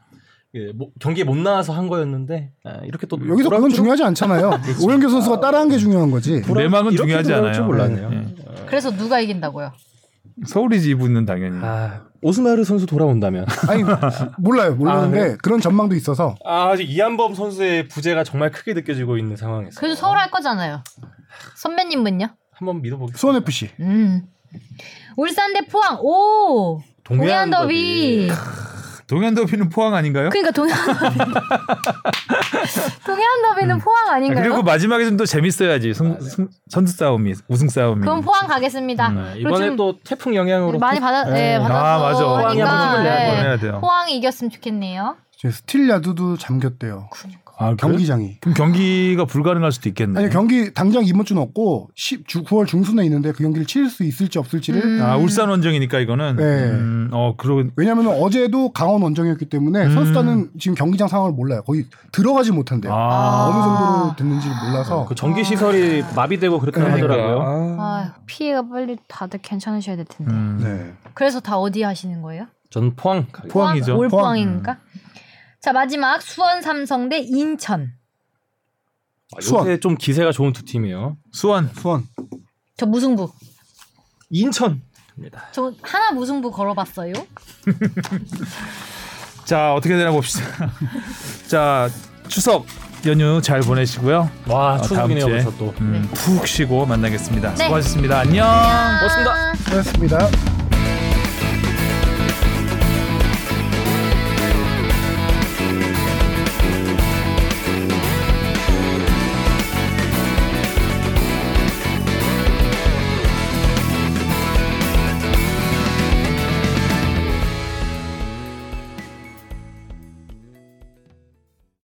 Speaker 3: 예, 뭐, 경기에 못 나와서 한 거였는데 아, 이렇게 또
Speaker 4: 여기서
Speaker 3: 돌아올
Speaker 4: 그건
Speaker 3: 줄-
Speaker 4: 중요하지
Speaker 2: [laughs]
Speaker 4: 않잖아요.
Speaker 2: 그렇죠.
Speaker 4: 오영규 선수가 따라한 게 중요한 거지.
Speaker 3: 돌아올-
Speaker 2: 내막은
Speaker 3: 이렇게
Speaker 2: 중요하지
Speaker 3: 돌아올 줄
Speaker 2: 않아요.
Speaker 3: 몰랐네요.
Speaker 2: 예.
Speaker 1: 그래서 누가 이긴다고요?
Speaker 2: 서울이지 이분은 당연히.
Speaker 3: 아 오스마르 선수 돌아온다면
Speaker 4: 아니 몰라요. 몰랐는데
Speaker 3: 아,
Speaker 4: 그런 전망도 있어서
Speaker 3: [laughs] 아, 아직 이한범 선수의 부재가 정말 크게 느껴지고 있는 상황에서
Speaker 1: 그래도 서울 할 거잖아요. 선배님은요?
Speaker 3: 한번 믿어보겠습니다.
Speaker 4: 수원 FC
Speaker 1: 음. 울산대 포항. 오. 동해안 더비.
Speaker 2: 동현 더비는 포항 아닌가요?
Speaker 1: 그러니까 동해안 더비. 동해안 더비는 포항
Speaker 2: 아,
Speaker 1: 아닌가요?
Speaker 2: 그리고 마지막에 좀 더 재밌어야지. 승- 승- 선수 싸움이, 우승 싸움이.
Speaker 1: 그럼 포항 가겠습니다.
Speaker 3: 아, 이번에
Speaker 1: 요즘
Speaker 3: 또 태풍 영향으로
Speaker 1: 많이 받아 네,
Speaker 4: 네.
Speaker 2: 아, 맞아.
Speaker 1: 받아서
Speaker 3: 포항이 한번 이겨야 돼요.
Speaker 1: 하니까
Speaker 2: 이겨야
Speaker 1: 네.
Speaker 2: 돼요.
Speaker 1: 포항이 이겼으면 좋겠네요.
Speaker 4: 이제 스틸야드도 잠겼대요.
Speaker 2: 아, 그래?
Speaker 4: 경기장이.
Speaker 2: 그럼 경기가 불가능할 수도 있겠네.
Speaker 4: 아니 경기 당장 이번 주는 없고 10, 주 9월 중순에 있는데 그 경기를 치를 수 있을지 없을지를
Speaker 1: 음.
Speaker 2: 아, 울산 원정이니까 이거는.
Speaker 4: 네.
Speaker 2: 음, 어, 그러
Speaker 4: 왜냐하면 어제도 강원 원정이었기 때문에
Speaker 2: 음.
Speaker 4: 선수단은 지금 경기장 상황을 몰라요. 거의 들어가지 못한대요.
Speaker 2: 아.
Speaker 4: 어느 정도로 됐는지 몰라서
Speaker 3: 그 전기 시설이 마비되고 그랬다고
Speaker 2: 그러니까.
Speaker 3: 하더라고요.
Speaker 1: 아유, 피해가 빨리 다들 괜찮으셔야 될 텐데.
Speaker 2: 음,
Speaker 4: 네.
Speaker 1: 그래서 다 어디 하시는 거예요?
Speaker 3: 전 포항 가-
Speaker 2: 포항이죠. 음.
Speaker 1: 올
Speaker 4: 포항.
Speaker 1: 포항이니까. 자 마지막 수원 삼성대 인천.
Speaker 3: 아, 요새
Speaker 4: 수원.
Speaker 3: 좀 기세가 좋은 두 팀이에요.
Speaker 2: 수원.
Speaker 4: 수원
Speaker 1: 저 무승부.
Speaker 3: 인천입니다.
Speaker 1: 저 하나 무승부 걸어봤어요.
Speaker 2: 자, 어떻게 되나 봅시다. [laughs] 자, 추석 연휴 잘 보내시고요. 다음
Speaker 3: 와 아, 추석이네요
Speaker 2: 주에.
Speaker 3: 벌써 또.
Speaker 2: 음, 푹 쉬고 만나겠습니다.
Speaker 1: 네.
Speaker 2: 수고하셨습니다. 안녕.
Speaker 3: 고맙습니다.
Speaker 4: 그렇습니다.